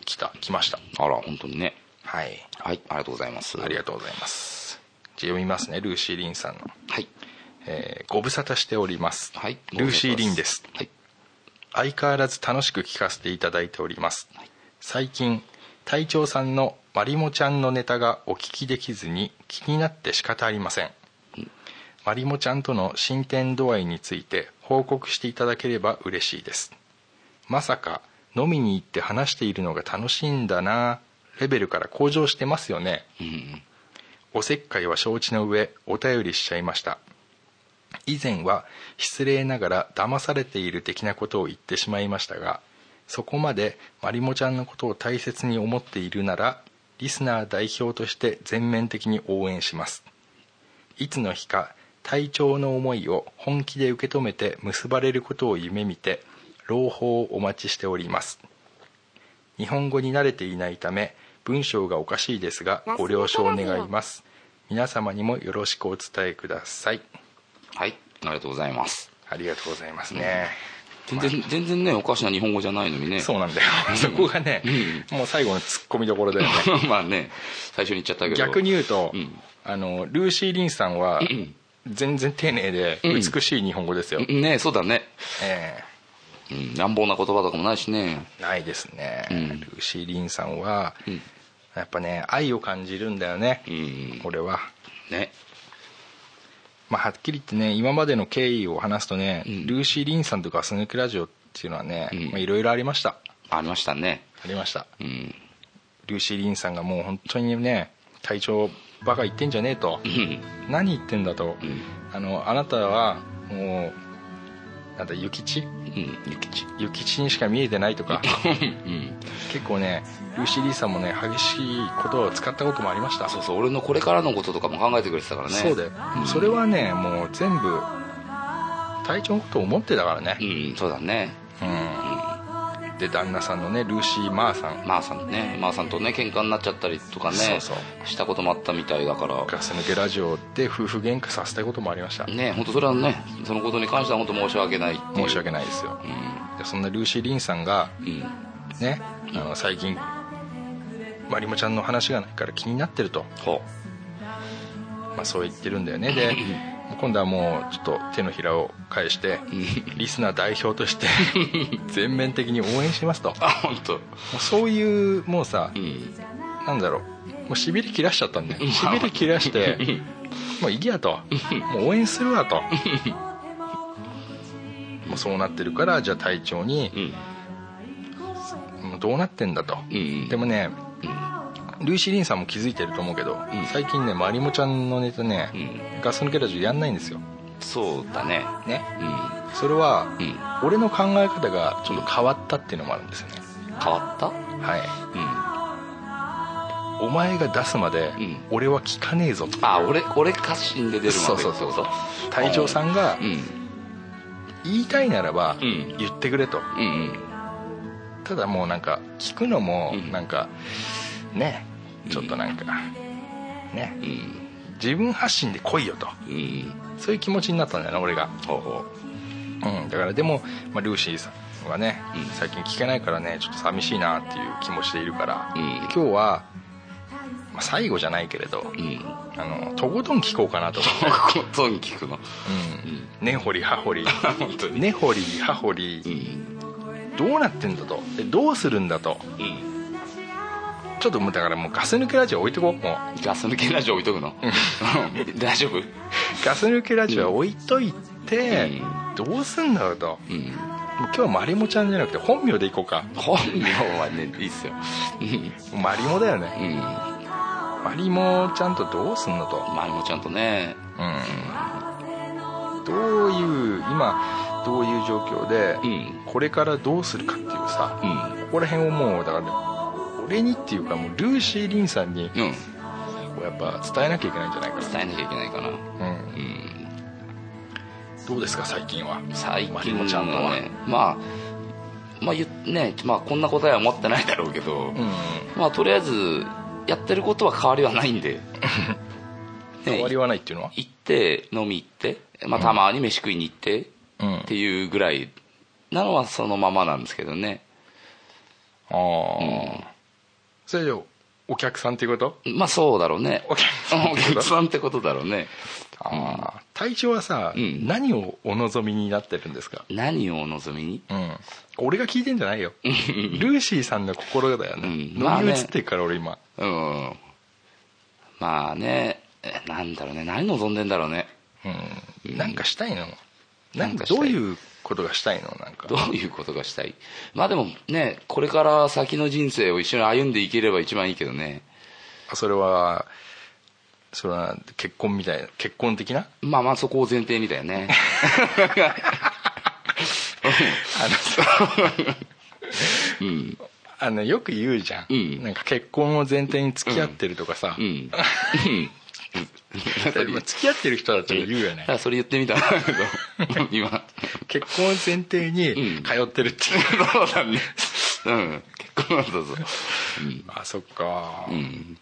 Speaker 3: 来た来ました
Speaker 4: あら本当にね
Speaker 3: はい
Speaker 4: はいありがとうございます
Speaker 3: ありがとうございますじゃあ読みますねルーシー・リンさんの、
Speaker 4: はい
Speaker 3: えーご無沙汰しております、
Speaker 4: はい
Speaker 3: ルーシー・リンです
Speaker 4: はい
Speaker 3: 相変わらず楽しく聞かせていただいております、最近隊長さんのまりもちゃんのネタがお聞きできずに気になって仕方ありませんまりもちゃんとの進展度合いについて報告していただければ嬉しいですまさか飲みに行って話しているのが楽しいんだなレベルから向上してますよね
Speaker 4: うん
Speaker 3: おせっかいは承知の上お便りしちゃいました以前は失礼ながら騙されている的なことを言ってしまいましたがそこまでまりもちゃんのことを大切に思っているならリスナー代表として全面的に応援しますいつの日か隊長の思いを本気で受け止めて結ばれることを夢見て朗報をお待ちしております日本語に慣れていないため文章がおかしいですがご了承願います皆様にもよろしくお伝えください
Speaker 4: はいありがとうございます
Speaker 3: ありがとうございますね、
Speaker 4: 全然全然ねおかしな日本語じゃないのにね
Speaker 3: そうなんだよそこがね、もう最後のツッコミどころだよね
Speaker 4: まあね最初に言っちゃったけど
Speaker 3: 逆に言うと、
Speaker 4: うん
Speaker 3: あのルーシー・リンさんは全然丁寧で
Speaker 4: うん
Speaker 3: 美しい日本語ですよ、
Speaker 4: ねそうだね、
Speaker 3: え
Speaker 4: うん、乱暴な言葉とかもないしね
Speaker 3: えないですね、
Speaker 4: うん
Speaker 3: ルーシー・リンさんは、
Speaker 4: うん
Speaker 3: やっぱね愛を感じるんだよね、
Speaker 4: うん
Speaker 3: 俺は
Speaker 4: ね
Speaker 3: まあ、はっきり言ってね今までの経緯を話すとね、
Speaker 4: うん
Speaker 3: ルーシー・リンさんとガス抜きラジオっていうのはね
Speaker 4: うん
Speaker 3: まあいろいろありました
Speaker 4: ありましたね
Speaker 3: ありました
Speaker 4: うん
Speaker 3: ルーシー・リンさんがもう本当にね体調バカ言ってんじゃねえと
Speaker 4: うん
Speaker 3: 何言ってんだと、
Speaker 4: うん
Speaker 3: あのあなたはもうなんだ諭吉
Speaker 4: うんゆきち
Speaker 3: 諭吉にしか見えてないとか
Speaker 4: うん
Speaker 3: 結構ねルーシー・リンさんもね激しいことを使ったこともありました
Speaker 4: そうそう俺のこれからのこととかも考えてくれてたからね
Speaker 3: そうだよ、それはねもう全部体調のことを思ってたからね
Speaker 4: うんそうだね
Speaker 3: うんで旦那さんのねルーシー・マーさん
Speaker 4: まあさんねまあさんとね喧嘩になっちゃったりとかね
Speaker 3: そうそう
Speaker 4: したこともあったみたいだから
Speaker 3: ガス抜けラジオで夫婦喧嘩させたこともありました
Speaker 4: ね本当それはねそのことに関しては本当申し訳ないっていう
Speaker 3: 申し訳ないですよでそんなルーシー・リンさんが
Speaker 4: うんうん
Speaker 3: ねあの最近まりもちゃんの話がないから気になってると、
Speaker 4: ほ
Speaker 3: まあ、そう言ってるんだよねで今度はもうちょっと手のひらを返してリスナー代表として全面的に応援しますとも
Speaker 4: あ本当
Speaker 3: うそういうもうさ
Speaker 4: うん
Speaker 3: なんだろうもうしびれ切らしちゃったんだよしびれ切らしてもういいやともう応援するわともうそうなってるからじゃあ隊長
Speaker 4: う
Speaker 3: に
Speaker 4: ん
Speaker 3: もうどうなってんだと
Speaker 4: うん
Speaker 3: でもね
Speaker 4: うん
Speaker 3: ルーシー・リンさんも気づいてると思うけど
Speaker 4: ん
Speaker 3: 最近ねまりもちゃんのネタね
Speaker 4: うん
Speaker 3: ガス抜けラジオやんないんですよ
Speaker 4: そうだね
Speaker 3: ね
Speaker 4: うん
Speaker 3: それは
Speaker 4: うん
Speaker 3: 俺の考え方がちょっと変わったっていうのもあるんですよね
Speaker 4: 変わった
Speaker 3: はい
Speaker 4: うん
Speaker 3: お前が出すまで
Speaker 4: ん
Speaker 3: 俺は聞かねえぞと
Speaker 4: あ俺俺家臣で出るまで
Speaker 3: そうそうそう
Speaker 4: ってこ
Speaker 3: 隊長さんが
Speaker 4: とうん
Speaker 3: 言いたいならば
Speaker 4: うん
Speaker 3: 言ってくれと
Speaker 4: うんうん
Speaker 3: ただもうなんか聞くのも
Speaker 4: うん
Speaker 3: なんかねちょっとなんかね
Speaker 4: うん
Speaker 3: 自分発信で来いよと
Speaker 4: うん
Speaker 3: そういう気持ちになったんだよな俺が
Speaker 4: ほうほ
Speaker 3: うんだからでも、まあ、ルーシーさんはね
Speaker 4: うん
Speaker 3: 最近聞けないからねちょっと寂しいなっていう気持ちでいるから
Speaker 4: う
Speaker 3: で
Speaker 4: ん
Speaker 3: 今日は、まあ、最後じゃないけれど
Speaker 4: ううん
Speaker 3: あのとことん聞こうかなと思って
Speaker 4: ことん聞くの
Speaker 3: うん根掘り葉掘 り
Speaker 4: 本当に
Speaker 3: 根掘り葉掘り
Speaker 4: うん
Speaker 3: どうなってんだとでどうするんだと
Speaker 4: うん
Speaker 3: ちょっともうだからもうガス抜けラジオ置いとこうもう
Speaker 4: ガス抜けラジオ置いとくの 大丈夫
Speaker 3: ガス抜けラジオは置いといて、どうすんだろうともう
Speaker 4: うん
Speaker 3: 今日はマリモちゃんじゃなくて本名でいこうか
Speaker 4: 本名はねいいっすようん
Speaker 3: マリモだよね
Speaker 4: うん
Speaker 3: マリモちゃんとどうすんのと
Speaker 4: まあもちゃんとね
Speaker 3: うんどういう今どういう状況で、
Speaker 4: うん
Speaker 3: これからどうするかっていうさ、
Speaker 4: うん
Speaker 3: ここら辺をもうだから、俺にっていうかもうルーシー・リンさんに
Speaker 4: うん
Speaker 3: こうやっぱ伝えなきゃいけないんじゃないか
Speaker 4: 伝えなきゃいけないかな
Speaker 3: な、うん
Speaker 4: うん
Speaker 3: どうですか最近は
Speaker 4: 最
Speaker 3: マリ
Speaker 4: 近
Speaker 3: モ
Speaker 4: の
Speaker 3: ちゃんとは、
Speaker 4: ねまあまあ言っねまあこんな答えは持ってないだろうけど
Speaker 3: うん
Speaker 4: まあとりあえずやってることは変わりはない んでね
Speaker 3: 終わりはないっていうのは
Speaker 4: 行って飲み行って、まあ、たまに飯食いに行って
Speaker 3: うん
Speaker 4: っていうぐらいなのはそのままなんですけどね
Speaker 3: ああ、それじゃお客さんっていうこと
Speaker 4: まあそうだろうね
Speaker 3: お客さん
Speaker 4: お客さんってことだろうね
Speaker 3: ああ隊長はさ、
Speaker 4: うん
Speaker 3: 何をお望みになってるんですか
Speaker 4: 何をお望みに
Speaker 3: うん俺が聞いてんじゃないよルーシーさんの心だよね
Speaker 4: うんま
Speaker 3: 乗
Speaker 4: あ
Speaker 3: り
Speaker 4: ね
Speaker 3: 移ってっから俺今
Speaker 4: うんまあねえなんだろうね何望んでんだろうね
Speaker 3: うんなんかしたいのなん
Speaker 4: なん
Speaker 3: か
Speaker 4: かしたい
Speaker 3: どういうことがしたいのなんか
Speaker 4: どういうことがしたいまあでもねこれから先の人生を一緒に歩んでいければ一番いいけどね
Speaker 3: それはそれは結婚みたいな結婚的な
Speaker 4: まあまあそこを前提みたいね
Speaker 3: あのよく言うじゃん、
Speaker 4: うん
Speaker 3: なんか結婚を前提に付き合ってるとかさ、
Speaker 4: うんうん
Speaker 3: でも付き合ってる人だったら言うよね
Speaker 4: だからそれ言ってみたんだけ ど今
Speaker 3: 結婚を前提に通ってるっていう、
Speaker 4: そうだねうん結婚なんだぞ
Speaker 3: あそっか、
Speaker 4: うん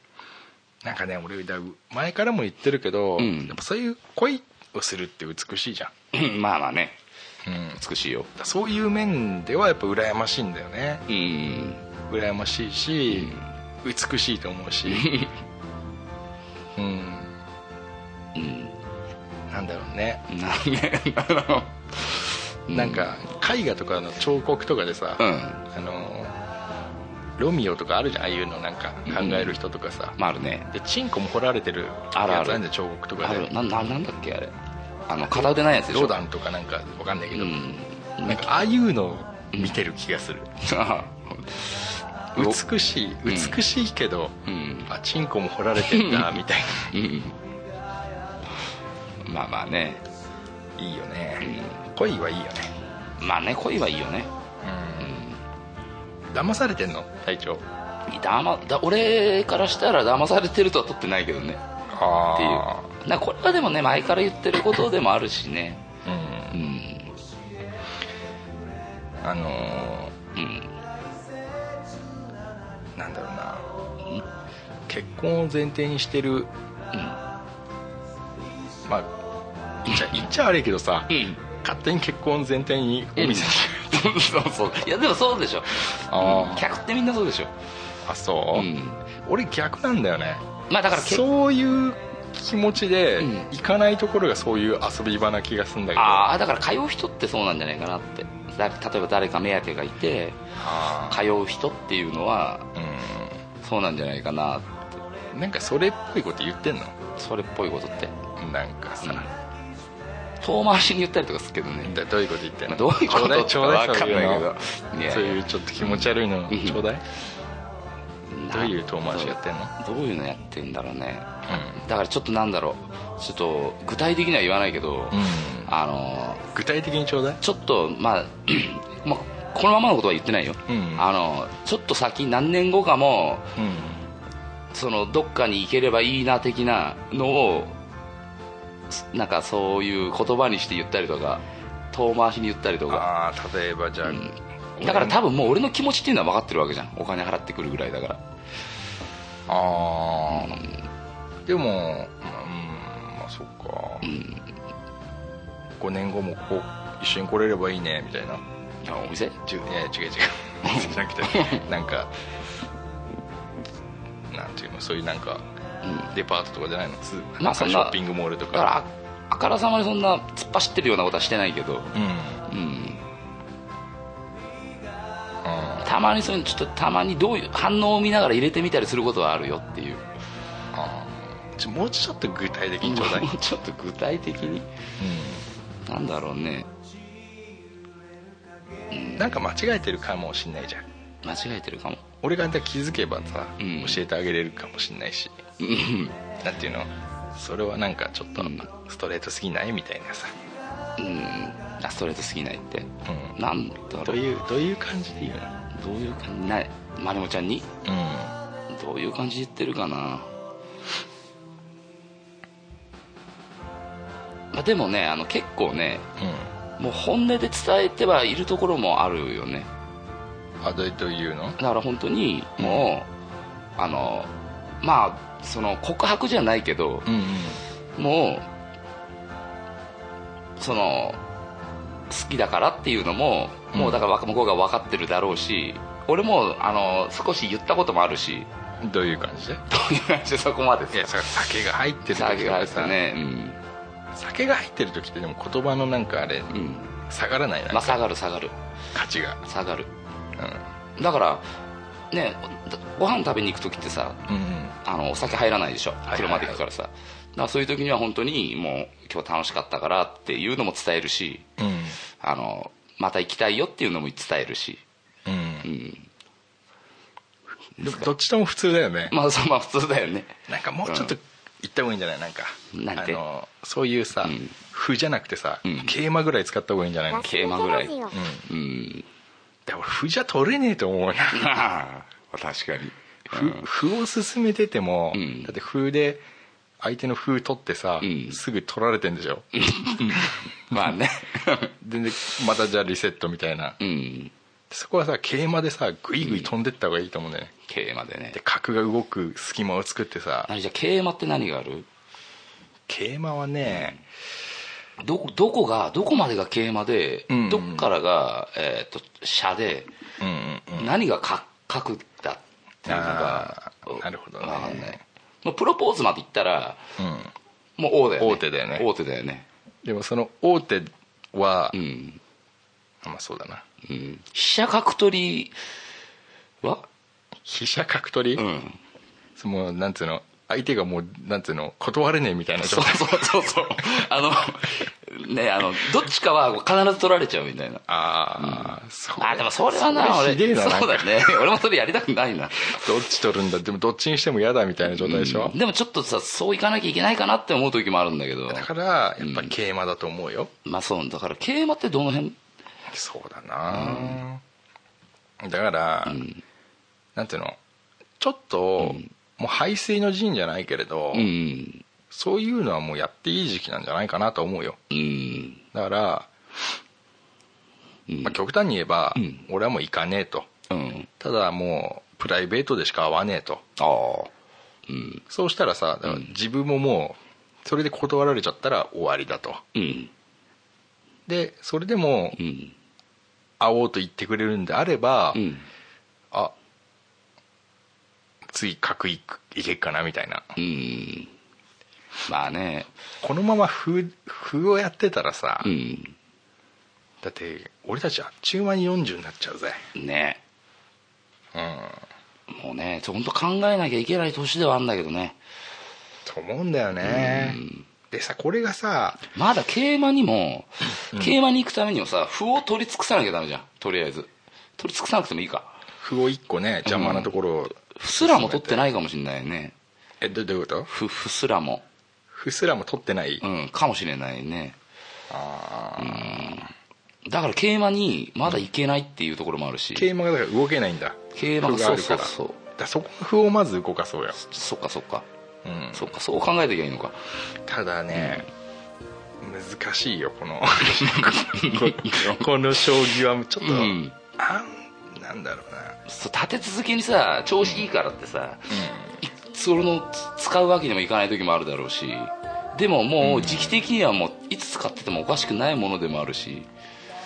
Speaker 3: なんかね俺だ前からも言ってるけど、
Speaker 4: ん
Speaker 3: やっぱそういう恋をするって美しいじゃん、
Speaker 4: うんまあまあね
Speaker 3: うん、
Speaker 4: 美しいよ
Speaker 3: そういう面ではやっぱ羨ましいんだよね
Speaker 4: うん
Speaker 3: 羨ましいし、美しいと思うし うん、なんだろうね、
Speaker 4: なんであの
Speaker 3: なんか絵画とかの彫刻とかでさ、
Speaker 4: うん
Speaker 3: あのロミオとかあるじゃんああいうのなんか考える人とかさ、
Speaker 4: まああるね
Speaker 3: でチンコも掘られてる
Speaker 4: あるある
Speaker 3: やつなんで彫刻とか
Speaker 4: あ
Speaker 3: で
Speaker 4: るなななんだっけあれあの片腕ないやつでしょ
Speaker 3: ロダンとかなんかわかんないけ
Speaker 4: う
Speaker 3: ど、
Speaker 4: ん
Speaker 3: なんかああいうのを見てる気がする、
Speaker 4: あうん
Speaker 3: 美しい
Speaker 4: ん
Speaker 3: 美しいけど、
Speaker 4: うん
Speaker 3: あチンコも掘られてん だみたい
Speaker 4: うん まあまあね
Speaker 3: ないいよね、恋はいいよね
Speaker 4: まあね恋はいいよね
Speaker 3: 騙されてんの隊長
Speaker 4: だまだ俺からしたら騙されてるとは取ってないけどねっていう
Speaker 3: あ
Speaker 4: なんかこれはでもね前から言ってることでもあるしね
Speaker 3: っていううん
Speaker 4: うん
Speaker 3: あの
Speaker 4: うん
Speaker 3: ーなんだろうな結婚を前提にしてるまあ言っちゃ言っちゃ悪いけどさ、
Speaker 4: うん
Speaker 3: 勝手に結婚を前提にお店に、
Speaker 4: そうそうそういやでもそうでしょ
Speaker 3: あー
Speaker 4: うん客ってみんなそうでしょ
Speaker 3: あそう、
Speaker 4: うん
Speaker 3: 俺逆なんだよね
Speaker 4: まあだから結
Speaker 3: そういう気持ちで
Speaker 4: うん
Speaker 3: 行かないところがそういう遊び場な気がするんだけど
Speaker 4: ああだから通う人ってそうなんじゃないかなってだ例えば誰か目当てがいて
Speaker 3: あ
Speaker 4: 通う人っていうのは
Speaker 3: ー
Speaker 4: そうなんじゃないかな
Speaker 3: うんなんかそれっぽいこと言ってんの
Speaker 4: それっぽいことって
Speaker 3: なんかさ、
Speaker 4: 遠回しに言ったりとかするけどね
Speaker 3: だどういうこと言ってん
Speaker 4: まあ
Speaker 3: の
Speaker 4: どういうこと
Speaker 3: ちょうだい
Speaker 4: か分
Speaker 3: ち
Speaker 4: か
Speaker 3: ょうんだい
Speaker 4: ないけ
Speaker 3: そういうの
Speaker 4: どいや
Speaker 3: そういうちょっと気持ち悪いの
Speaker 4: うん
Speaker 3: ちょうだい
Speaker 4: な
Speaker 3: どういう遠回しやってんの
Speaker 4: どういうのやってんだろうねだからちょっとなんだろうちょっと具体的には言わないけど、
Speaker 3: うん、
Speaker 4: あの
Speaker 3: 具体的にちょうだい
Speaker 4: ちょっとまあ、 まあ、このままのことは言ってないよ、
Speaker 3: うん
Speaker 4: あのちょっと先何年後かも
Speaker 3: うん
Speaker 4: そのどっかに行ければいいな的なのをなんかそういう言葉にして言ったりとか遠回しに言ったりとか
Speaker 3: ああ例えばじゃあ、
Speaker 4: だから多分もう俺の気持ちっていうのは分かってるわけじゃんお金払ってくるぐらいだから
Speaker 3: ああでもうんまあそっか、5年後もここ一緒に来れればいいねみたいな
Speaker 4: あお店
Speaker 3: ちゅいや違う 違うじゃなくてなんかなんていうのそういうなんかデパートとかじゃないのつ
Speaker 4: ま
Speaker 3: な
Speaker 4: あ
Speaker 3: んか
Speaker 4: そ
Speaker 3: シ
Speaker 4: んな
Speaker 3: ョッピングモールと
Speaker 4: だから
Speaker 3: か
Speaker 4: ああからさまにそんな突っ走ってるようなことはしてないけ
Speaker 3: う
Speaker 4: ど、
Speaker 3: ん
Speaker 4: うん、
Speaker 3: あ
Speaker 4: たまにそういうのちょっとたまにどういう反応を見ながら入れてみたりすることはあるよっていう
Speaker 3: あーちょもうちょっと具体的にちょうだい、
Speaker 4: もうちょっと具体的になんだろうね
Speaker 3: うんなんか間違えてるかもしんないじゃん
Speaker 4: 間違えてるかも
Speaker 3: 俺が気づけばさ、
Speaker 4: うん
Speaker 3: 教えてあげれるかもしんないし
Speaker 4: うん
Speaker 3: なんていうのそれはなんかちょっと
Speaker 4: うん
Speaker 3: ストレートすぎないみたいなさ、
Speaker 4: うんあストレートすぎないって
Speaker 3: うん
Speaker 4: なんだろう
Speaker 3: どういうどういう感じで言うの
Speaker 4: どういう感じないまりもちゃんに
Speaker 3: うん
Speaker 4: どういう感じで言ってるかなまあでもねあの結構ねもう本音で伝えてはいるところもあるよね
Speaker 3: うんあどうどういうの
Speaker 4: だから本当にもう、あのまあその告白じゃないけど
Speaker 3: うんうん
Speaker 4: もうその好きだからっていうのも、
Speaker 3: うん
Speaker 4: もうだから向こうが分かってるだろうし俺もあの少し言ったこともあるし、
Speaker 3: あどういう感じで
Speaker 4: ういう感じでそこまで
Speaker 3: いやそれ酒が入ってる時
Speaker 4: 騒ぎ
Speaker 3: と
Speaker 4: が
Speaker 3: か
Speaker 4: 入って
Speaker 3: さ、
Speaker 4: ね
Speaker 3: 酒が入ってる時ってでも言葉のなんかあれ
Speaker 4: うん、うん
Speaker 3: 下がらないな、
Speaker 4: まあ、下がる下がる
Speaker 3: 価値が
Speaker 4: 下がる
Speaker 3: う
Speaker 4: だからねご飯食べに行く時ってさ
Speaker 3: ん、うん、
Speaker 4: あのお酒入らないでしょ
Speaker 3: いはい
Speaker 4: 車で行くからさ、だからそういう時には本当にもう今日楽しかったからっていうのも伝えるし
Speaker 3: うん
Speaker 4: あのまた行きたいよっていうのも伝えるし、
Speaker 3: うん
Speaker 4: うん、
Speaker 3: でもどっちとも普通だよね、
Speaker 4: まあそうまあ普通だよね
Speaker 3: なんかもうちょっと言った方がいいんじゃないなんか
Speaker 4: なん
Speaker 3: あ
Speaker 4: て
Speaker 3: のそういうさ
Speaker 4: うん
Speaker 3: 「不、じゃなくてさ「
Speaker 4: うん
Speaker 3: 桂馬」ぐらい使った方がいいんじゃないの、
Speaker 4: 桂馬ぐらい
Speaker 5: うん
Speaker 4: うん
Speaker 3: で俺「不」じゃ取れねえと思うな
Speaker 4: ああ確かに
Speaker 3: ふ歩を進めてても、
Speaker 4: うん
Speaker 3: だって歩で相手の歩取ってさ、
Speaker 4: うん
Speaker 3: すぐ取られてんでしょ、
Speaker 4: まあね
Speaker 3: ででまたじゃあリセットみたいな、
Speaker 4: うん
Speaker 3: そこはさ桂馬でさグイグイ飛んでった方がいいと思うんだよね、
Speaker 4: 桂馬でね
Speaker 3: で角が動く隙間を作ってさ
Speaker 4: 何じゃあ桂馬って何がある
Speaker 3: 桂馬はね、
Speaker 4: どこどこがどこまでが桂馬で、
Speaker 3: うんうん
Speaker 4: どっからが、えー、と飛車で、
Speaker 3: うんうんうん
Speaker 4: 何がか角だっていうのが
Speaker 3: あーなるほどね
Speaker 4: わかんないもうプロポーズまでいったら
Speaker 3: うん
Speaker 4: もう王だよね
Speaker 3: 王手だよね
Speaker 4: 王手だよね
Speaker 3: でもその大手は、
Speaker 4: うん、
Speaker 3: あまあそうだな
Speaker 4: うん、飛車角取りは
Speaker 3: 飛車角取り、
Speaker 4: うん
Speaker 3: そのなんつうの相手がもうなんつうの断れねえみたいな
Speaker 4: そ
Speaker 3: 状
Speaker 4: う
Speaker 3: 態
Speaker 4: そうそ うそうあのねあのどっちかは必ず取られちゃうみたいな
Speaker 3: ああ、そ
Speaker 4: あでもそれはな
Speaker 3: それ
Speaker 4: 俺
Speaker 3: ひでえななんか
Speaker 4: そうだね俺もそれやりたくないな
Speaker 3: どっち取るんだでもどっちにしても嫌だみたいな状態でしょ、
Speaker 4: うんでもちょっとさそういかなきゃいけないかなって思う時もあるんだけど
Speaker 3: だからやっぱ桂馬だと思うよ、
Speaker 4: まあそうだから桂馬ってどの辺
Speaker 3: そうだな、だから、なんていうのちょっと、もう排水の陣じゃないけれど、
Speaker 4: うん
Speaker 3: そういうのはもうやっていい時期なんじゃないかなと思うよ
Speaker 4: うん
Speaker 3: だから、
Speaker 4: うん
Speaker 3: まあ、極端に言えば、
Speaker 4: うん
Speaker 3: 俺はもう行かねえと
Speaker 4: うん
Speaker 3: ただもうプライベートでしか会わねえと
Speaker 4: ああうん
Speaker 3: そうしたらさだから自分ももうそれで断られちゃったら終わりだと
Speaker 4: うん
Speaker 3: でそれでも
Speaker 4: うん
Speaker 3: 会おうと言ってくれるんであれば、
Speaker 4: うん
Speaker 3: あ次角行く行けっかなみたいな
Speaker 4: うんまあね
Speaker 3: このまま風風をやってたらさ、
Speaker 4: うん
Speaker 3: だって俺たちあっちゅう間に40になっちゃうぜ
Speaker 4: ね
Speaker 3: うん
Speaker 4: もうね本当考えなきゃいけない年ではあるんだけどね
Speaker 3: と思うんだよね、でさこれがさ
Speaker 4: まだ桂馬にも桂馬に行くためにもさ歩を取り尽くさなきゃダメじゃんとりあえず取り尽くさなくてもいいか
Speaker 3: 歩を一個ね邪魔なところを、
Speaker 4: 歩すらも取ってないかもしれないよね
Speaker 3: えどどういうこと
Speaker 4: 歩歩すらも
Speaker 3: 歩すらも取ってない、
Speaker 4: うんかもしれないね
Speaker 3: あー
Speaker 4: だから桂馬にまだ行けないっていうところもあるし
Speaker 3: 桂馬がだから動けないんだ
Speaker 4: 桂馬
Speaker 3: 歩
Speaker 4: が
Speaker 3: があ
Speaker 4: そう
Speaker 3: るか
Speaker 4: そう
Speaker 3: ら
Speaker 4: そう
Speaker 3: だからそこの歩をまず動かそうよ、
Speaker 4: そっかそっか
Speaker 3: うん、
Speaker 4: そっかそう考えていけばいいのか
Speaker 3: ただね、難しいよこのここの 将棋はちょっと、
Speaker 4: うん
Speaker 3: あんなんだろう
Speaker 4: そう立て続けにさ調子いいからってさ、いそのつ使うわけにもいかない時もあるだろうしでももう時期的にはもういつ使っててもおかしくないものでもあるし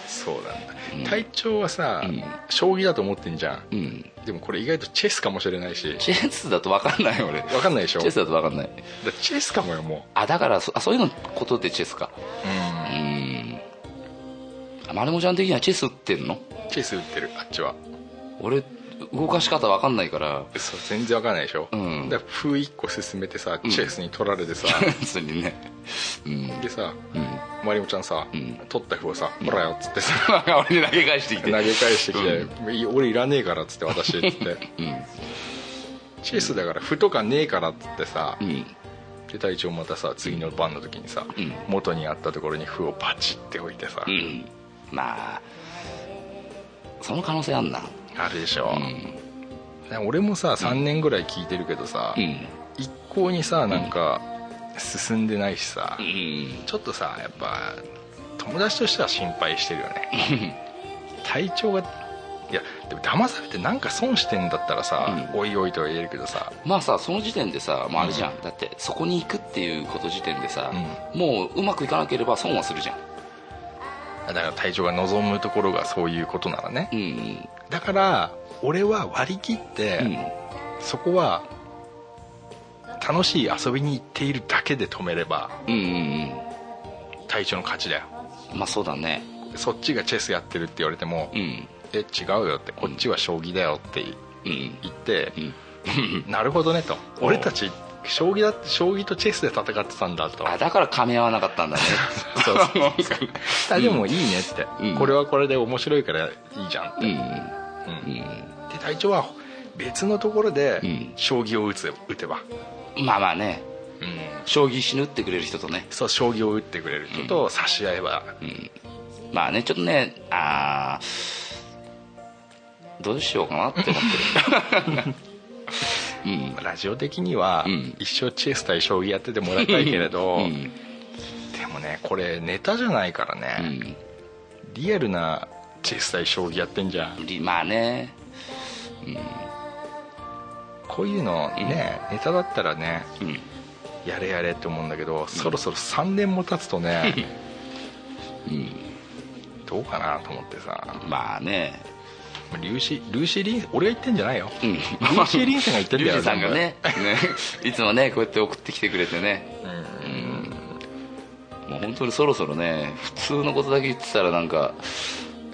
Speaker 3: なそうなんだ、
Speaker 4: うん
Speaker 3: 体調はさ、
Speaker 4: うん
Speaker 3: 将棋だと思ってんじゃん
Speaker 4: うん
Speaker 3: でもこれ意外とチェスかもしれないし
Speaker 4: チェスだと分かんない俺
Speaker 3: 分かんないでしょ
Speaker 4: チェスだと分かんない
Speaker 3: だからチェスかもよも
Speaker 4: あだからそあそういうのことでチェスか
Speaker 3: う、
Speaker 4: うーんあまるもちゃん的にはチェス打ってんの
Speaker 3: チェス打ってるあっちは
Speaker 4: 俺動かし方分かんないから
Speaker 3: そう全然分かんないでしょ、
Speaker 4: うん
Speaker 3: だから歩一個進めてさチェスに取られてさ、
Speaker 4: 普通にね うん
Speaker 3: でさ
Speaker 4: うん
Speaker 3: マリモちゃんさ、
Speaker 4: ん
Speaker 3: 取った歩をさ「ほらよ」っつって さ
Speaker 4: 俺に投げ返してき
Speaker 3: 投
Speaker 4: て
Speaker 3: げ返してきてい「俺いらねえから」っつって私っつって、チェスだから「歩とかねえから」っつってさ、
Speaker 4: うん
Speaker 3: で隊長またさ次の番の時にさ、
Speaker 4: ん
Speaker 3: 元にあったところに歩をパチって置いてさ、
Speaker 4: うんまあその可能性あんな
Speaker 3: あるでしょ
Speaker 4: う、ん
Speaker 3: で俺もさ3年ぐらい聞いてるけどさ、
Speaker 4: うん
Speaker 3: 一向にさなんか進んでないしさ、ちょっとさやっぱ友達としては心配してるよね 体調がいやでも騙されてなんか損してんだったらさ、おいおいとは言えるけどさ
Speaker 4: まあさその時点でさもうあれじゃん、だってそこに行くっていうこと時点でさ、もううまくいかなければ損はするじゃん
Speaker 3: だから体調が望むところがそういうことならね
Speaker 4: うん
Speaker 3: だから俺は割り切って、
Speaker 4: うん
Speaker 3: そこは楽しい遊びに行っているだけで止めれば
Speaker 4: うんうん
Speaker 3: 隊長の勝ちだよ
Speaker 4: うんまあそうだね
Speaker 3: そっちがチェスやってるって言われても「
Speaker 4: うん
Speaker 3: え違うよ」って「こっちは将棋だよ」って
Speaker 4: うん
Speaker 3: 言って
Speaker 4: う
Speaker 3: 「
Speaker 4: ん
Speaker 3: なるほどね」と「
Speaker 4: おう
Speaker 3: 俺たち将棋だって将棋とチェスで戦ってたんだ」と
Speaker 4: あだから噛み合わなかったんだね
Speaker 3: そう「あでもいいね」って
Speaker 4: う
Speaker 3: 「
Speaker 4: ん
Speaker 3: これはこれで面白いからいいじゃん」って
Speaker 4: うんう
Speaker 3: う
Speaker 4: ん
Speaker 3: んで隊長は別のところで
Speaker 4: うん
Speaker 3: 将棋を打つ打てば、
Speaker 4: うん まあまあね
Speaker 3: うん
Speaker 4: 将棋死ぬってくれる人とね
Speaker 3: そう将棋を打ってくれる人と差し合えば、
Speaker 4: まあねちょっとねあーどうしようかなって思ってるうん
Speaker 3: ラジオ的には
Speaker 4: うん
Speaker 3: 一生チェス対将棋やっててもらいたいけれど、
Speaker 4: うん
Speaker 3: でもねこれネタじゃないから
Speaker 4: う
Speaker 3: ね、
Speaker 4: ん
Speaker 3: リアルなチェス対将棋やってんじゃん
Speaker 4: りまあね
Speaker 3: こういうのね、ネタだったらね
Speaker 4: うん
Speaker 3: やれやれって思うんだけど、そろそろ3年も経つとね、どうかなと思ってさ
Speaker 4: まあね
Speaker 3: ルーシールーシー・リン俺が言ってんじゃないよ、
Speaker 4: うん
Speaker 3: ルーシー・リンさんが言ってんだ
Speaker 4: リュ
Speaker 3: よ
Speaker 4: ウジさんがねねいつもねこうやって送ってきてくれてねもう本当にそろそろね普通のことだけ言ってたらなんか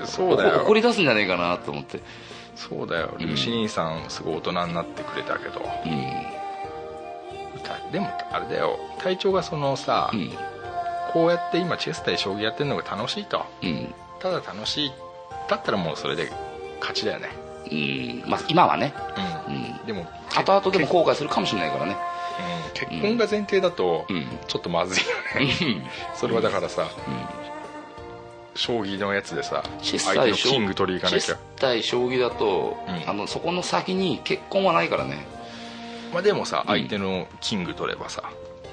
Speaker 3: そうだ
Speaker 4: 怒
Speaker 3: よ
Speaker 4: り出すんじゃねえかなと思って
Speaker 3: そうだよルーシー・リンさんすごい大人になってくれたけど、
Speaker 4: うん
Speaker 3: たでもあれだよ隊長がそのさ、
Speaker 4: うん
Speaker 3: こうやって今チェス対将棋やってるのが楽しいと
Speaker 4: うん
Speaker 3: ただ楽しいだったらもうそれで勝ちだよね
Speaker 4: うんまあ今はね
Speaker 3: う、
Speaker 4: うんん
Speaker 3: でも
Speaker 4: 後々でも後悔するかもしれないからね
Speaker 3: うん結婚が前提だと
Speaker 4: うん
Speaker 3: ちょっとまずいよね、それはだからさ、将棋のやつでさ
Speaker 4: チェス
Speaker 3: 相手
Speaker 4: 対
Speaker 3: の
Speaker 4: 将
Speaker 3: キング取り行かなき
Speaker 4: チェ
Speaker 3: ゃ
Speaker 4: ス対将棋だと、
Speaker 3: うん
Speaker 4: あのそこの先に結婚はないからね
Speaker 3: まあ、でもさ
Speaker 4: うん
Speaker 3: 相手のキング取ればさ、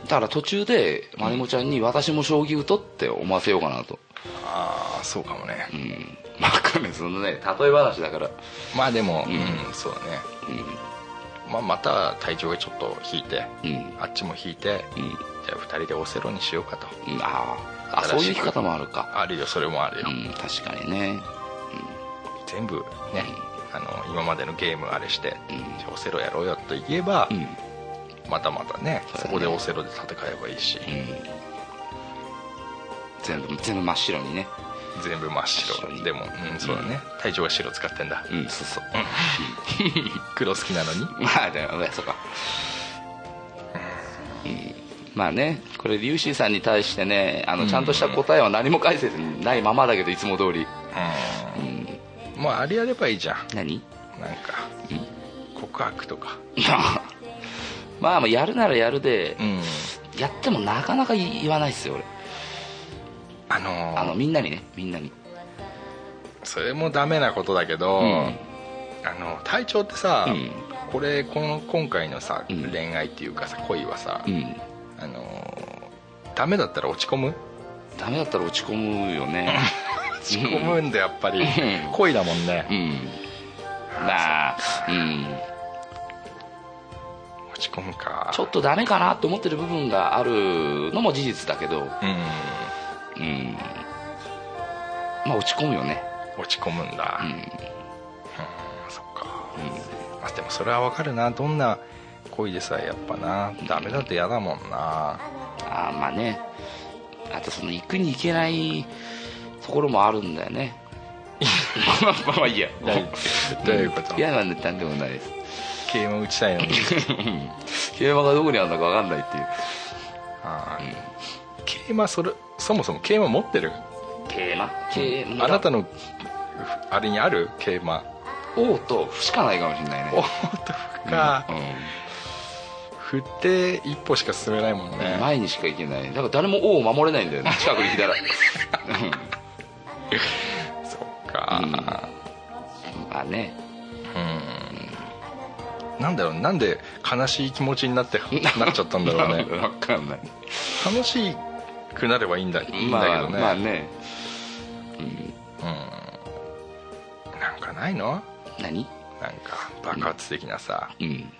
Speaker 4: だから途中でまりもちゃんに「私も将棋打と」って思わせようかなと
Speaker 3: ああそうかもね、
Speaker 4: うんまあわかんないそのね例え話だから
Speaker 3: まあでも、う
Speaker 4: うんん
Speaker 3: そうだね、まあ、また体調がちょっと引いて、
Speaker 4: うん
Speaker 3: あっちも引いて、
Speaker 4: うん
Speaker 3: じゃあ2人でオセロにしようかと
Speaker 4: うんあーあそういう生き方もあるか
Speaker 3: あるよそれもあるよ、
Speaker 4: うん確かにね
Speaker 3: 全部ね、あの今までのゲームあれして、じゃあオセロやろうよと言えば、
Speaker 4: うん
Speaker 3: またまたね
Speaker 4: そうだね
Speaker 3: そこでオセロで戦えばいいし、
Speaker 4: 全部全部真っ白にね
Speaker 3: 全部真っ
Speaker 4: 真っ
Speaker 3: 白
Speaker 4: 白に
Speaker 3: でも、うん、そうだね、体調が白使ってんだ、
Speaker 4: うんそうそう
Speaker 3: 黒好きなのに
Speaker 4: まあでもねそうか、うん、まあねこれリュウシーさんに対してねあのちゃんとした答えは何も返せずにないままだけどいつも通り
Speaker 3: うんまああれやればいいじゃん
Speaker 4: 何
Speaker 3: なんか、告白とか
Speaker 4: まあまあやるならやるで、
Speaker 3: うん
Speaker 4: やってもなかなか言わないっすよ俺
Speaker 3: あのー
Speaker 4: あのみんなにねみんなに
Speaker 3: それもダメなことだけど、
Speaker 4: うん
Speaker 3: あの体調ってさ、
Speaker 4: うん
Speaker 3: これこの今回のさ、
Speaker 4: うん
Speaker 3: 恋愛っていうかさ恋はさ、
Speaker 4: うん
Speaker 3: あのーダメだったら落ち込む
Speaker 4: ダメだったら落ち込むよね
Speaker 3: 落ち込むんだやっぱり、
Speaker 4: ん
Speaker 3: 恋だもんね、
Speaker 4: うんまあうん
Speaker 3: 落ち込むか
Speaker 4: ちょっとダメかなって思ってる部分があるのも事実だけど
Speaker 3: うん
Speaker 4: うんまあ落ち込むよね
Speaker 3: 落ち込むんだ、
Speaker 4: う
Speaker 3: うん、
Speaker 4: ん
Speaker 3: そっか、あでもそれはわかるなどんな恋でさえやっぱなダメだと嫌だもんな
Speaker 4: あーまあねあとその行くに行けないところもあるんだよねまあまあいいや
Speaker 3: どういうこと
Speaker 4: いやなんでなんでもないです
Speaker 3: ゲーム打ちた いのに
Speaker 4: 競馬がどこにあるのか分かんないっていう
Speaker 3: あー桂馬それそもそも桂馬持ってる
Speaker 4: 桂馬桂馬
Speaker 3: あなたのあれにある桂馬
Speaker 4: 王と歩しかないかもしれないね
Speaker 3: おっと歩か、
Speaker 4: う
Speaker 3: 振って一歩しか進めないもん
Speaker 4: ん、
Speaker 3: ね
Speaker 4: 前にしか行けないだから誰も王を守れないんだよね近くに来たら
Speaker 3: そっか
Speaker 4: まあね
Speaker 3: なんだろうなんで悲しい気持ちになって なっちゃったんだろうね
Speaker 4: 分かんない
Speaker 3: 楽しくなればいいんだいいんだけ
Speaker 4: まあ
Speaker 3: どね、
Speaker 4: まあね
Speaker 3: なんかないの
Speaker 4: 何
Speaker 3: なんか爆発的なさ、
Speaker 4: うん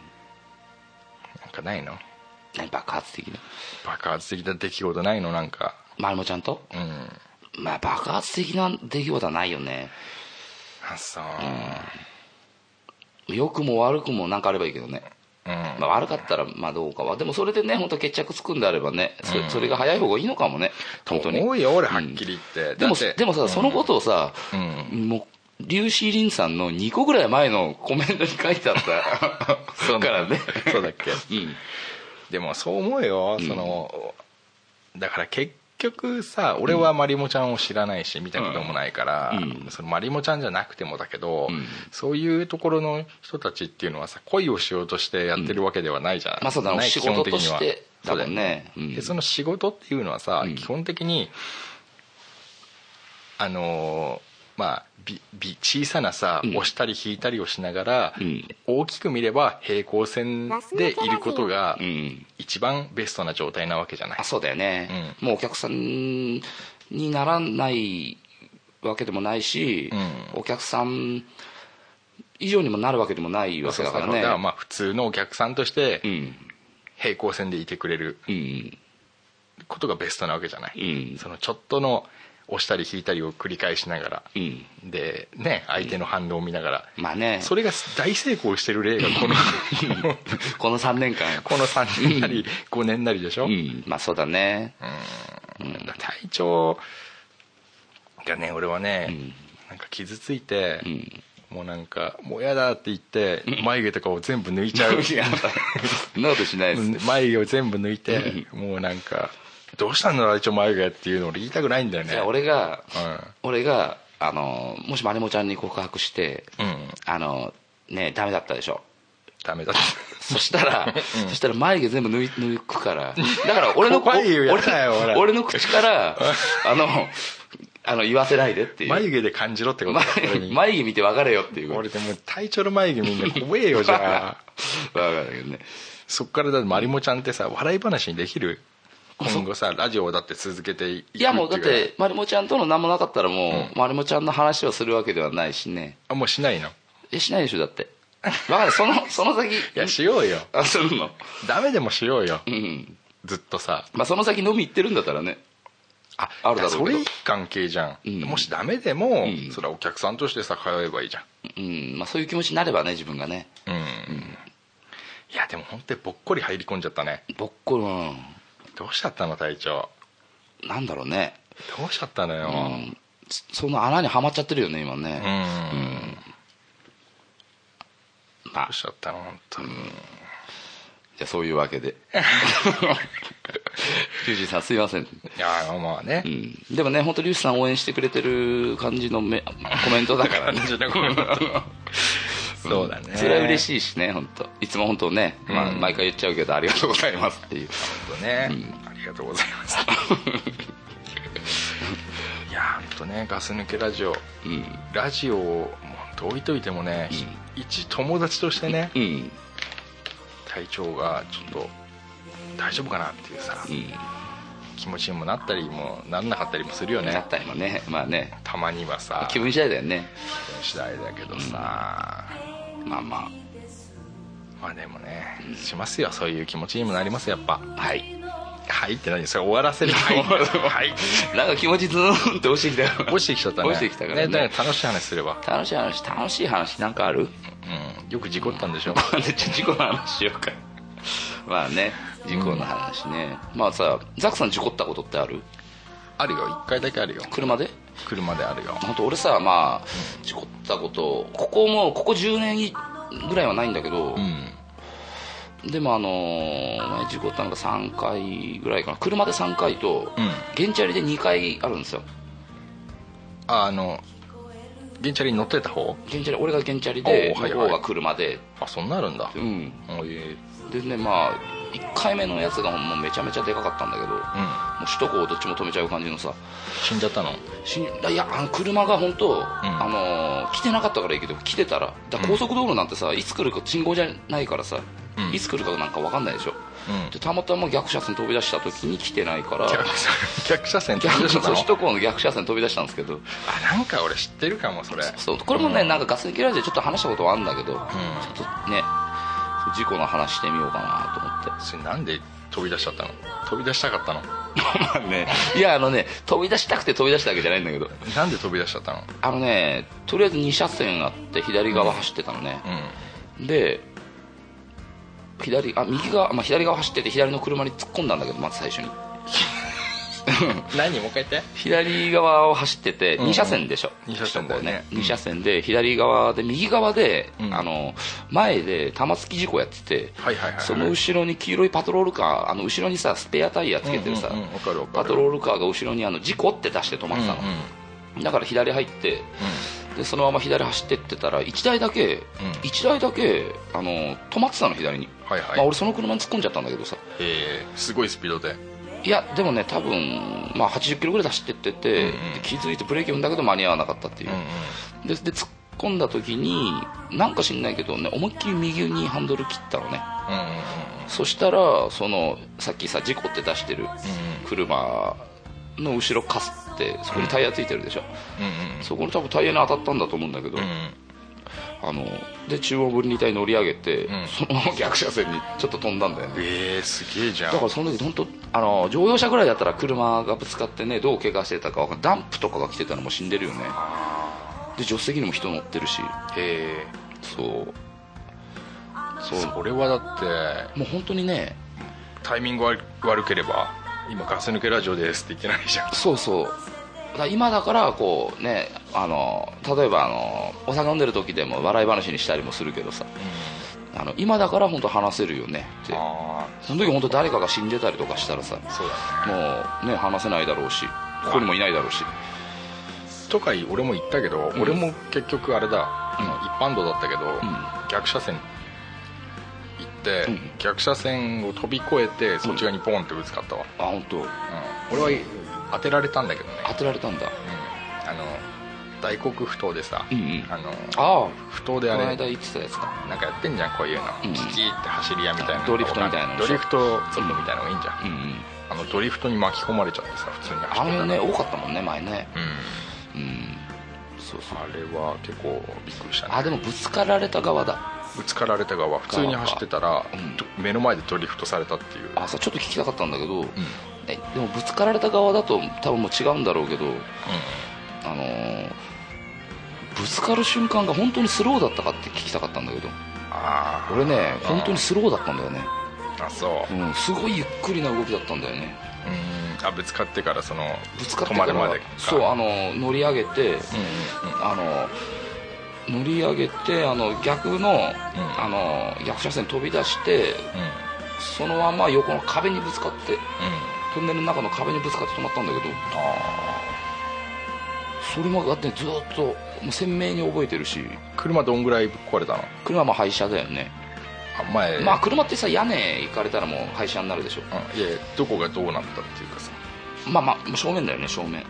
Speaker 3: なんかないの
Speaker 4: 何爆発的な
Speaker 3: 爆発的な出来事ないのなんか
Speaker 4: まるもちゃんと
Speaker 3: うん
Speaker 4: まあ爆発的な出来事はないよね
Speaker 3: あそう、
Speaker 4: 良くも悪くもなんかあればいいけどね、
Speaker 3: うん
Speaker 4: まあ、悪かったらまあどうかはでもそれでね本当決着つくんであればねそそれが早い方がいいのかもね本当に
Speaker 3: 思うよ俺はっきり言って
Speaker 4: でも
Speaker 3: だって
Speaker 4: でもさ、そのことをさ、
Speaker 3: う
Speaker 4: もうリュウシーリンさんの2個ぐらい前のコメントに書いてあった
Speaker 3: そうな
Speaker 4: から
Speaker 3: んだ
Speaker 4: ね
Speaker 3: そうだっけ
Speaker 4: うん
Speaker 3: でもそう思うよその、だから結局さ俺はまりもちゃんを知らないし見たこともないから、
Speaker 4: うん
Speaker 3: そのまりもちゃんじゃなくてもだけど、
Speaker 4: うん
Speaker 3: そういうところの人たちっていうのはさ恋をしようとしてやってるわけではないじゃん、
Speaker 4: まあそうだな
Speaker 3: ない
Speaker 4: 仕事とし
Speaker 3: 基本的には
Speaker 4: てだもんね
Speaker 3: そうだよ
Speaker 4: うん
Speaker 3: でその仕事っていうのはさ、
Speaker 4: うん
Speaker 3: 基本的にあのーまあ、びび小さなさ、
Speaker 4: うん
Speaker 3: 押したり引いたりをしながら、
Speaker 4: うん
Speaker 3: 大きく見れば平行線でいることが
Speaker 4: うん
Speaker 3: 一番ベストな状態なわけじゃない
Speaker 4: あそうだよね、もうお客さんにならないわけでもないし、
Speaker 3: う
Speaker 4: お客さん以上にもなるわけでもないわけ
Speaker 3: そう
Speaker 4: だ
Speaker 3: そう
Speaker 4: か
Speaker 3: だ
Speaker 4: ら
Speaker 3: か
Speaker 4: ね
Speaker 3: らまあ普通のお客さんとして
Speaker 4: うん
Speaker 3: 平行線でいてくれる
Speaker 4: うん
Speaker 3: ことがベストなわけじゃない、
Speaker 4: うん
Speaker 3: そのちょっとの押したり引いたりを繰り返しながら
Speaker 4: うん
Speaker 3: でね相手の反応を見ながら、
Speaker 4: まあね
Speaker 3: それが大成功してる例がこの
Speaker 4: この3年 間
Speaker 3: この3年なり5年なりでしょ、
Speaker 4: うんまあそうだね
Speaker 3: だから体調がね俺はね、
Speaker 4: うん
Speaker 3: なんか傷ついて、
Speaker 4: ん
Speaker 3: もうなんかもうやだって言って眉毛とかを全部抜いち ゃう
Speaker 4: い やそんなことしないですね
Speaker 3: 眉毛を全部抜いてもうなんか「どうしたんだろう一応眉毛」っていうの俺言いたくないんだよね
Speaker 4: じゃあ俺が、
Speaker 3: う
Speaker 4: 俺があのもしまりもちゃんに告白して、
Speaker 3: うん
Speaker 4: あのねダメだったでしょ
Speaker 3: ダメだって
Speaker 4: そしたら、そしたら眉毛全部抜い抜くからだから俺の
Speaker 3: 怖いよ
Speaker 4: お
Speaker 3: やだよ
Speaker 4: 俺
Speaker 3: 俺
Speaker 4: 俺の 口からあのあの言わせないでっていう
Speaker 3: 眉毛で感じろってことだ俺
Speaker 4: 眉
Speaker 3: に
Speaker 4: 眉毛見て別れよっていう
Speaker 3: 俺でも体調の眉毛みんな怖えよじゃ あ
Speaker 4: 分かるけどね
Speaker 3: そっからだってまりもちゃんってさ笑い話にできる今後さラジオをだって続けていくってい
Speaker 4: い
Speaker 3: う
Speaker 4: や
Speaker 3: か
Speaker 4: もうだってまりもちゃんとの何もなかったらもうまりもちゃんの話をするわけではないしね
Speaker 3: あもうしないの
Speaker 4: えしないでしょ だって分かるそのその先
Speaker 3: いやしようよ
Speaker 4: あするの
Speaker 3: ダメでもしようよ
Speaker 4: うん
Speaker 3: ずっとさ
Speaker 4: まあその先飲み行ってるんだったらね
Speaker 3: あ
Speaker 4: あるだろうけ
Speaker 3: そ
Speaker 4: ど
Speaker 3: れいい関係じゃん、
Speaker 4: うん
Speaker 3: もしダメでも、
Speaker 4: うん
Speaker 3: それはお客さんとしてさ通えばいいじゃん
Speaker 4: うんまあそういう気持ちになればね自分がね
Speaker 3: うん、いやでも本当にぼっこり入り込んじゃったね
Speaker 4: ぼっこの
Speaker 3: どうしちゃったの隊長
Speaker 4: なんだろうね
Speaker 3: どうしちゃったのよ、
Speaker 4: う
Speaker 3: うん
Speaker 4: んそその穴にはまっちゃってるよね今
Speaker 3: う
Speaker 4: ね、
Speaker 3: んど
Speaker 4: まあ
Speaker 3: うしちゃったの本当に、
Speaker 4: じゃあそういうわ けで リュウジさんすいません、
Speaker 3: いやまあね、
Speaker 4: うん、でもね本当リュウジさん応援してくれてる感じのめコメントだからね
Speaker 3: そうだね
Speaker 4: それは嬉しいしね本当いつも本当ね、まあ、
Speaker 3: うん
Speaker 4: 毎回言っちゃうけどありがとうございますっていう
Speaker 3: 本当ね、ありがとうございます いや本当ねガス抜けラジオ
Speaker 4: うん
Speaker 3: ラジオをもうほんと置いといてもね、一友達としてね、
Speaker 4: うん
Speaker 3: 体調がちょっと大丈夫かなっていうさ、
Speaker 4: うん
Speaker 3: 気持ちにもなったりもなんなかったりもするよ
Speaker 4: な
Speaker 3: ね
Speaker 4: ったりもねまあね
Speaker 3: たまにはさ
Speaker 4: 気分次第だよね
Speaker 3: 次第だけどさ、
Speaker 4: まあま
Speaker 3: まあでもねしますよそういう気持ちにもなりますやっぱ
Speaker 4: あはい
Speaker 3: はいって何それ終わらせるはいはい
Speaker 4: なんか気持ちずーんって落ちてきたよ
Speaker 3: 落ちてきちゃったね
Speaker 4: 落ちてきたからね
Speaker 3: だから楽しい話すれば、
Speaker 4: 楽しい話楽しい話なんかある
Speaker 3: うん、よく事故ったんでしょ
Speaker 4: じゃあ事故の話しようか まあね事故の話ね、まあさザクさん事故ったことってある
Speaker 3: あるよ1回だけあるよ
Speaker 4: 車で
Speaker 3: 車であるよ
Speaker 4: 本当俺さまあ事故ったことここもうここ10年いぐらいはないんだけど、
Speaker 3: うん
Speaker 4: でもあのー前事故ったのが3回ぐらいかな車で3回と、
Speaker 3: うん
Speaker 4: 原チャリで2回あるんですよ
Speaker 3: ああの原チャリに乗ってた方
Speaker 4: 原チャリ俺が原チャリで
Speaker 3: おうはいはい
Speaker 4: 向こうが車で、
Speaker 3: あそんなあるんだ、
Speaker 4: う
Speaker 3: うん
Speaker 4: ん
Speaker 3: おいうん
Speaker 4: でねまあ1回目のやつがもうめちゃめちゃでかかったんだけど、もう首都高をどっちも止めちゃう感じのさ
Speaker 3: 死んじゃった の
Speaker 4: しいやあの車が本当、あのー来てなかったからいいけど来てたらだから高速道路なんてさ、いつ来るか信号じゃないからさ、
Speaker 3: うん
Speaker 4: いつ来るかなんか分かんないでしょ、
Speaker 3: うん
Speaker 4: でたまたま逆車線飛び出した時に来てない から
Speaker 3: 逆車逆車線飛び
Speaker 4: 逆
Speaker 3: 出し
Speaker 4: 車
Speaker 3: たの
Speaker 4: 首都高の逆車線飛び出したんですけど
Speaker 3: あなんか俺知ってるかもそれ
Speaker 4: そうこれもね、なんかガス抜きラジオでちょっと話したことはあるんだけど、ちょっとね事故の話してみようかなと思って
Speaker 3: それなんで飛び出しちゃったの飛び出したかったの
Speaker 4: まあね、いやあのね飛び出したくて飛び出したわけじゃないんだけど
Speaker 3: なんで飛び出しちゃったの
Speaker 4: あのねとりあえず2車線あって左側走ってたのね、
Speaker 3: う
Speaker 4: で左あ右側、まあ、左側走ってて左の車に突っ込んだんだけどまず最初に
Speaker 3: 何もう一回言って
Speaker 4: 左側を走ってて
Speaker 3: ん
Speaker 4: 2車線でしょ、
Speaker 3: 二車線だよね
Speaker 4: 2車線で左側で右側で、
Speaker 3: うん
Speaker 4: あの前で玉突き事故やってて、
Speaker 3: はいはいはいはい
Speaker 4: その後ろに黄色いパトロールカーあの後ろにさスペアタイヤつけてるさ、
Speaker 3: うんうんうんわかるわかる
Speaker 4: パトロールカーが後ろにあの事故って出して止まってたの、だから左入って、でそのまま左走ってってたら1台だけ、一台だけあの止まってたの左に、
Speaker 3: はいはい
Speaker 4: まあ、俺その車に突っ込んじゃったんだけどさ
Speaker 3: えーすごいスピードで
Speaker 4: いやでもね多分、まあ、80キロぐらいで走ってってて、
Speaker 3: うんうん
Speaker 4: で気づいてブレーキ踏んだけど間に合わなかったっていう、でで突っ込んだ時になんか知んないけどね思いっきり右にハンドル切ったのね
Speaker 3: うんうん
Speaker 4: そしたらそのさっきさ事故って出してる車の後ろかすってそこにタイヤついてるでしょ、そこに多分タイヤに当たったんだと思うんだけど、
Speaker 3: うんうんうんうん
Speaker 4: あので中央分離帯乗り上げて、
Speaker 3: ん
Speaker 4: そのまま逆車線にちょっと飛んだんだよね
Speaker 3: えーすげえじゃん
Speaker 4: だからその時本当あの乗用車ぐらいだったら車がぶつかってねどう怪我してたかわかんダンプとかが来てたのも死んでるよねで助手席にも人乗ってるし
Speaker 3: え
Speaker 4: そう
Speaker 3: ー
Speaker 4: そう
Speaker 3: それはだって
Speaker 4: もう本当にね
Speaker 3: タイミング悪悪ければ今ガス抜けラジオですって言ってないじゃん
Speaker 4: そうそうだから今だからこうねあの例えばあのお酒飲んでる時でも笑い話にしたりもするけどさ、あの今だから本当話せるよねって
Speaker 3: あ
Speaker 4: その時本当誰かが死んでたりとかしたらさ
Speaker 3: あそうだね
Speaker 4: もうね話せないだろうしここにもいないだろうし
Speaker 3: とか俺も言ったけど、
Speaker 4: ん
Speaker 3: 俺も結局あれだ、
Speaker 4: うん
Speaker 3: あの一般道だったけど、
Speaker 4: ん
Speaker 3: 逆車線行って、
Speaker 4: うん
Speaker 3: 逆車線を飛び越えてそっち側にポンってぶつかったわ、
Speaker 4: あ本当
Speaker 3: うん俺は当てられたんだけどね、
Speaker 4: 当てられたんだ
Speaker 3: うんあの大黒不当でさ、
Speaker 4: うんうん
Speaker 3: あの
Speaker 4: ああ
Speaker 3: 不当で
Speaker 4: こ
Speaker 3: あ
Speaker 4: の
Speaker 3: れ
Speaker 4: 間言ってたやつか
Speaker 3: なんかやってんじゃんこういうの、
Speaker 4: うん
Speaker 3: キキーって走り屋みたいな
Speaker 4: ドリフトみたいなの
Speaker 3: ドリフトゾンビみたいなのがいいんじゃん、
Speaker 4: うんうん
Speaker 3: あのドリフトに巻き込まれちゃってさ普通に走
Speaker 4: あ
Speaker 3: ってた
Speaker 4: れ
Speaker 3: ら
Speaker 4: ね多かったもんね前ね
Speaker 3: うん
Speaker 4: うんそうそう
Speaker 3: あれは結構びっくりしたね
Speaker 4: あでもぶつかられた側だ
Speaker 3: ぶつかられた側普通に走ってたら、目の前でドリフトされたっていう
Speaker 4: あさちょっと聞きたかったんだけど、えでもぶつかられた側だと多分もう違うんだろうけど、あのーぶつかる瞬間が本当にスローだったかって聞きたかったんだけど
Speaker 3: あ
Speaker 4: 俺ね本当にスローだったんだよね、
Speaker 3: あそう
Speaker 4: うん、すごいゆっくりな動きだったんだよね
Speaker 3: うんあぶつかってからその
Speaker 4: ぶつかって
Speaker 3: 止
Speaker 4: か
Speaker 3: ま
Speaker 4: ら
Speaker 3: るまでか
Speaker 4: そうあの乗り上げて、
Speaker 3: うんうんうん
Speaker 4: あの乗り上げてあの逆の,、あの逆車線飛び出して
Speaker 3: うん
Speaker 4: そのまま横の壁にぶつかって
Speaker 3: うん
Speaker 4: トンネルの中の壁にぶつかって止まったんだけどそれもだってずっともう鮮明に覚えてるし
Speaker 3: 車どんぐらいぶっ壊れたの
Speaker 4: 車も廃車だよね、
Speaker 3: あ前、
Speaker 4: まあ車ってさ屋根行かれたらもう廃車になるでしょ
Speaker 3: うんいやいやどこがどうなったっていうかさ
Speaker 4: まあまあ正面だよね正面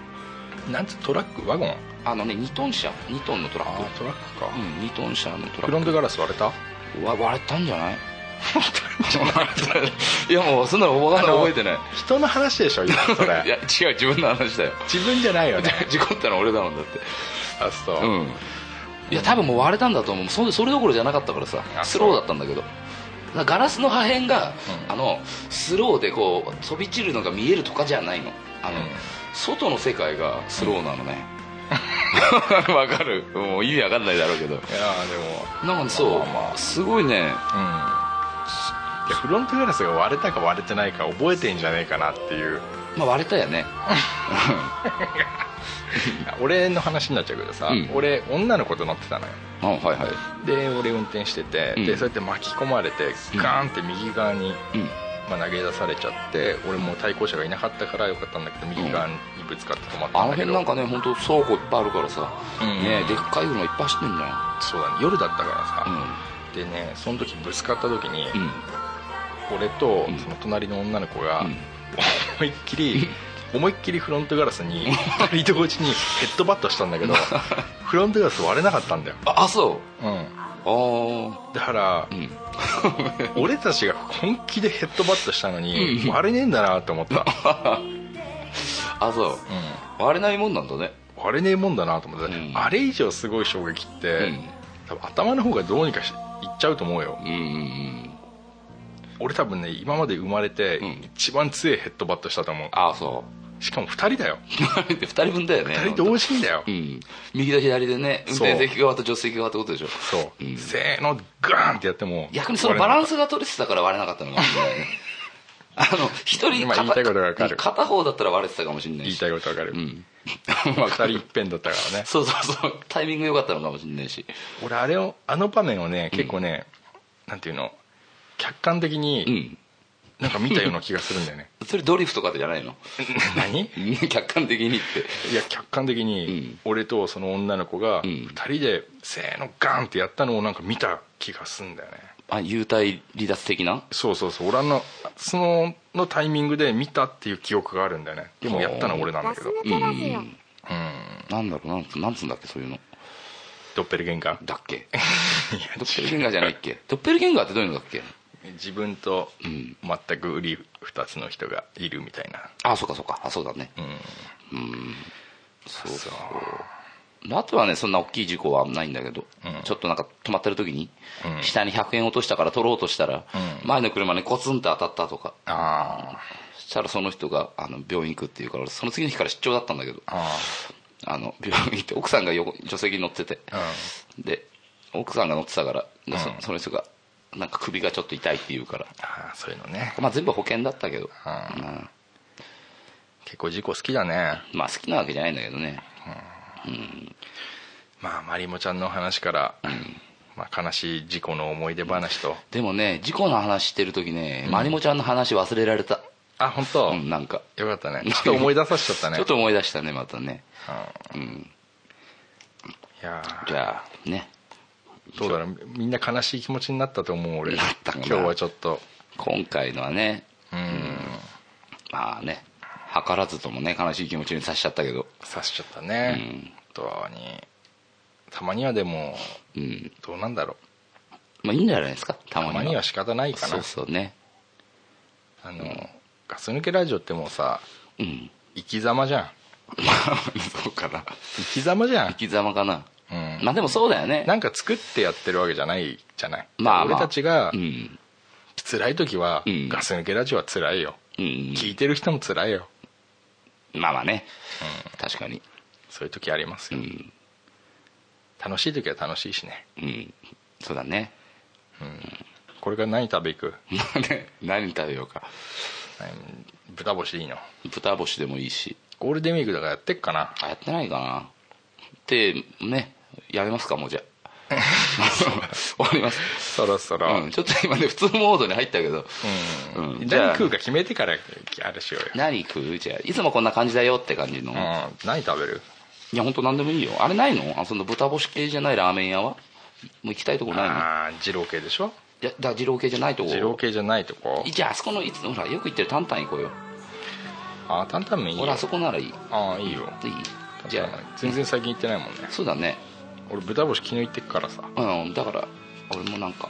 Speaker 3: なんつトラックワゴンあ
Speaker 4: あのね2トン車2トンのトラック
Speaker 3: ートラックか、
Speaker 4: うん2トン車のトラッ
Speaker 3: フ
Speaker 4: ク
Speaker 3: ロントガラス割れた
Speaker 4: わ割れたんじゃないいやもうそんなのわかんない覚えてない
Speaker 3: 人の話でしょ今 そ
Speaker 4: いや
Speaker 3: れ
Speaker 4: 違う自分の話だよ
Speaker 3: 自分じゃないよね
Speaker 4: 事故ったの俺だもんだって
Speaker 3: あそう、
Speaker 4: うんいや多分もう割れたんだと思うそそれどころじゃなかったからさ
Speaker 3: あ
Speaker 4: ス
Speaker 3: そう
Speaker 4: ローだったんだけどだからガラスの破片が、あのスローでこう飛び散るのが見えるとかじゃないのあの、
Speaker 3: うん
Speaker 4: 外の世界がスローなのね わ、かるもう意味わかんないだろうけど
Speaker 3: いやーでも
Speaker 4: なんかねそう、
Speaker 3: まあまあ
Speaker 4: すごいね
Speaker 3: うんいやフロントガラスが割れたか割れてないか覚えてんじゃねえかなっていう
Speaker 4: まあ割れたよね
Speaker 3: 俺の話になっちゃうけどさ、
Speaker 4: うん
Speaker 3: 俺女の子と乗ってたのよ
Speaker 4: あはいはい
Speaker 3: で俺運転してて、
Speaker 4: うん
Speaker 3: でそうやって巻き込まれてガーンって右側に、
Speaker 4: うん
Speaker 3: まあ投げ出されちゃって俺もう対向車がいなかったからよかったんだけど右側にぶつかって止まっ
Speaker 4: あ
Speaker 3: たん
Speaker 4: の
Speaker 3: だけ
Speaker 4: 辺
Speaker 3: ど、
Speaker 4: なんかね本当倉庫いっぱいあるからさ、
Speaker 3: うん
Speaker 4: ねでっかい車いっぱい走ってんじゃ
Speaker 3: そうだね夜だったから
Speaker 4: ん
Speaker 3: さ、でねその時ぶつかった時に、
Speaker 4: うんうん
Speaker 3: 俺と
Speaker 4: ん
Speaker 3: その隣の女の子が、
Speaker 4: うん
Speaker 3: 思いっきり思いっきりフロントガラスに2人 同時にヘッドバットしたん だけどフロントガラス割れなかったんだよ、
Speaker 4: ああそう
Speaker 3: うん、
Speaker 4: ああ
Speaker 3: だから
Speaker 4: う、ん
Speaker 3: 俺たちが本気でヘッドバットしたのに
Speaker 4: うん
Speaker 3: 割れねえんだなと思った、
Speaker 4: あそう
Speaker 3: う
Speaker 4: 割れないもんなんだね
Speaker 3: ん、割れねえもんだなと思って、
Speaker 4: うん
Speaker 3: あれ以上すごい衝撃って、
Speaker 4: うん
Speaker 3: 多分頭の方がどうにかしいっちゃうと思うよ
Speaker 4: うんうん
Speaker 3: 俺多分ね今まで生まれて
Speaker 4: うん
Speaker 3: 一番強いヘッドバットしたと思う、
Speaker 4: ああそう
Speaker 3: しかも2人だよ
Speaker 4: 2人分だよね
Speaker 3: 2人同時にだよ、
Speaker 4: うん、右と左でね運
Speaker 3: そう
Speaker 4: 転席側と助手席側ってことでしょ
Speaker 3: そう、
Speaker 4: ん
Speaker 3: せーのガーンってやっても
Speaker 4: 逆にそのバラン
Speaker 3: ス
Speaker 4: スが取れてたから割れなかったのかもしれない ねあの一人
Speaker 3: 今言いたいことがわかる
Speaker 4: 片方だったら割れてたかもしれない
Speaker 3: 言い
Speaker 4: した
Speaker 3: いことわかる、
Speaker 4: う
Speaker 3: ま
Speaker 4: ん
Speaker 3: あ、2人いっぺんだったからね
Speaker 4: そうそうそうタイミング良かったのかもしれないし
Speaker 3: 俺あれをあの場面をね結構ね、なんていうの客観的
Speaker 4: う
Speaker 3: に
Speaker 4: ん
Speaker 3: なんか見たような気がするんだ よね
Speaker 4: それドリフとかでじゃないの
Speaker 3: 何い
Speaker 4: 客観的にって
Speaker 3: や客観的に俺とその女の子が
Speaker 4: うん
Speaker 3: 2人でせーのガーンってやったのをなんか見た気がするんだよね
Speaker 4: あ幽体離脱的な
Speaker 3: そうそうそう俺あのそののタイミングで見たっていう記憶があるんだよねでもやったのは俺なんだけど
Speaker 5: ガス抜けラジオ。
Speaker 4: なんだろうなんつなんつうんだっけそういうの
Speaker 3: ドッペルゲンガー
Speaker 4: だっ けドッペルゲンガーじゃないっけドッペルゲンガーってどういうのだっけ
Speaker 3: 自分と
Speaker 4: ん
Speaker 3: 全く売り2つの人がいるみたいな
Speaker 4: あそうかそうかあそうだねうんそうそうあとはねそんな大きい事故はないんだけど、ちょっとなんか止まってる時に、下に100円落としたから取ろうとしたら、前の車にコツンと当たったとか
Speaker 3: あ
Speaker 4: そしたらその人があの病院行くっていうからその次の日から出張だったんだけど
Speaker 3: あ
Speaker 4: あの病院行って奥さんが横助手席に乗ってて、で奥さんが乗ってたから、でそその人がなんか首がちょっと痛いって言うから、
Speaker 3: ああそういうのね
Speaker 4: まあ、全部保険だったけど、
Speaker 3: う
Speaker 4: うん
Speaker 3: 結構事故好きだね
Speaker 4: まあ好きなわけじゃないんだけどね
Speaker 3: まあまりもちゃんの話から、まあ、悲しい事故の思い出話と
Speaker 4: でもね事故の話してる時ねまりもちゃんの話忘れられた
Speaker 3: あ本当、
Speaker 4: うんなんか
Speaker 3: よかったねちょっと思い出させちゃったね
Speaker 4: ちょっと思い出したねまたね
Speaker 3: いやー
Speaker 4: じゃあね
Speaker 3: どうだろうみんな悲しい気持ちになったと思う俺
Speaker 4: なったか
Speaker 3: 今
Speaker 4: な
Speaker 3: 日はちょっと
Speaker 4: 今回のはね
Speaker 3: うん
Speaker 4: まあね図らずともね悲しい気持ちにさせちゃったけど
Speaker 3: 刺しちゃったね、
Speaker 4: うん
Speaker 3: 本当にたまにはでも
Speaker 4: うん
Speaker 3: どうなんだろう
Speaker 4: まあいいんじゃないですかたま
Speaker 3: た
Speaker 4: には
Speaker 3: まには仕方ないかな
Speaker 4: そうそうね
Speaker 3: あの、ガス抜けラジオってもうさ
Speaker 4: うん
Speaker 3: 生き様じゃん
Speaker 4: まあ そうかな
Speaker 3: 生き様じゃん
Speaker 4: 生、き様かな
Speaker 3: うん、
Speaker 4: まあでもそうだよね
Speaker 3: なんか作ってやってるわけじゃないじゃない、
Speaker 4: まあまあ
Speaker 3: 俺たちが
Speaker 4: うん
Speaker 3: 辛い時は、
Speaker 4: うん
Speaker 3: ガス抜けラジオは辛いよ
Speaker 4: うん
Speaker 3: 聞いてる人も辛いよ
Speaker 4: まあまあね確かに
Speaker 3: そういう時あります
Speaker 4: う
Speaker 3: よ、
Speaker 4: ん
Speaker 3: 楽しい時は楽しいしね
Speaker 4: うんそうだね
Speaker 3: これから何食べ行く
Speaker 4: 何食べようか
Speaker 3: うん豚干しでいいの
Speaker 4: 豚干しでもいいし
Speaker 3: ゴールデンウィークだからやってっかな
Speaker 4: あやってないかなでねやめますかもうじゃあ 終わります
Speaker 3: そろそろ、
Speaker 4: うん、ちょっと今ね普通モードに入ったけど、うんじゃ
Speaker 3: 何
Speaker 4: あ
Speaker 3: 食うか決めてからあれしようよ、
Speaker 4: 何食うじゃあいつもこんな感じだよって感じの、
Speaker 3: うん
Speaker 4: い、
Speaker 3: 何食べる
Speaker 4: や本当何でもいいよあれないのあその豚干し系じゃないラーメン屋はもう行きたいとこないの
Speaker 3: ああ二郎系でしょ
Speaker 4: いやだ二郎系じゃないとこ
Speaker 3: 二郎系じゃないとこ
Speaker 4: じゃああそこのいつほらよく行ってるタンタン行こうよ
Speaker 3: ああ担々麺いい
Speaker 4: ほ
Speaker 3: よ
Speaker 4: らあそこならいいいい
Speaker 3: ああいいよ
Speaker 4: じゃ
Speaker 3: 担々
Speaker 4: あ
Speaker 3: 麺全然最近行ってないもんね
Speaker 4: そうだね
Speaker 3: 俺豚干し昨日行ってっからさ
Speaker 4: うんだから俺もなんか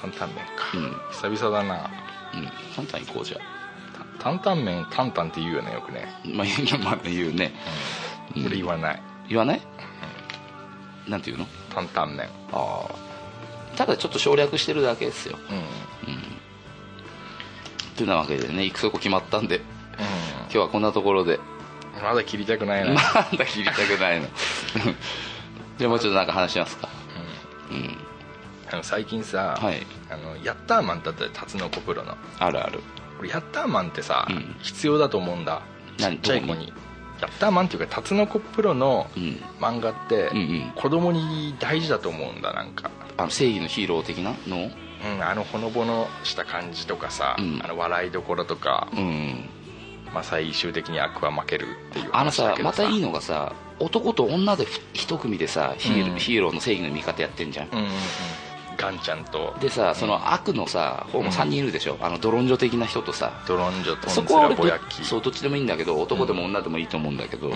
Speaker 3: 担々麺か、
Speaker 4: うん
Speaker 3: 久々だな
Speaker 4: うんタンタン行こうじゃあ
Speaker 3: 担々麺担々って言うよねよくね
Speaker 4: まあ言う,、まあ、言うねうん
Speaker 3: 俺言わない
Speaker 4: 言わない、なんて言うの
Speaker 3: 担々麺
Speaker 4: ああただちょっと省略してるだけですよ
Speaker 3: うん、
Speaker 4: というなわけでね行くとこ決まったんで
Speaker 3: う
Speaker 4: 今日はこんなところで
Speaker 3: ん、まだ切りたくないな、
Speaker 4: まだ切りたくないのじゃあもうちょっとなんか話しますかうん
Speaker 3: あの最近さ、
Speaker 4: はい
Speaker 3: あのヤッターマンってあったよタツノコプロの
Speaker 4: あるある
Speaker 3: 俺ヤッターマンってさ、
Speaker 4: うん
Speaker 3: 必要だと思うんだち
Speaker 4: 何
Speaker 3: っちゃい子にヤッターマンっていうかタツノコプロの
Speaker 4: うん
Speaker 3: 漫画って、
Speaker 4: うんうん
Speaker 3: 子供に大事だと思うんだなんか、
Speaker 4: あの正義のヒーロー的なの
Speaker 3: うん、あのほのぼのした感じとかさ、
Speaker 4: うん
Speaker 3: あの笑いどころとか、
Speaker 4: うん
Speaker 3: まあ、最終的に悪は負けるっていう
Speaker 4: あの
Speaker 3: 話だ
Speaker 4: さ
Speaker 3: けど
Speaker 4: またいい
Speaker 3: の
Speaker 4: のがさ男と女で一組でさヒーロー
Speaker 3: うん
Speaker 4: ヒーローの正義の味方やってんじゃん
Speaker 3: うんうんうんガンちゃんと
Speaker 4: でさその悪のさ方も3人いるでしょあのドロンジョ的な人とさ
Speaker 3: ドロンジョと
Speaker 4: そ
Speaker 3: ンズ
Speaker 4: こは
Speaker 3: ラ
Speaker 4: 俺
Speaker 3: ボヤ
Speaker 4: ど
Speaker 3: キ
Speaker 4: そうどっちでもいいんだけど男でも女でもいいと思うんだけど、
Speaker 3: ん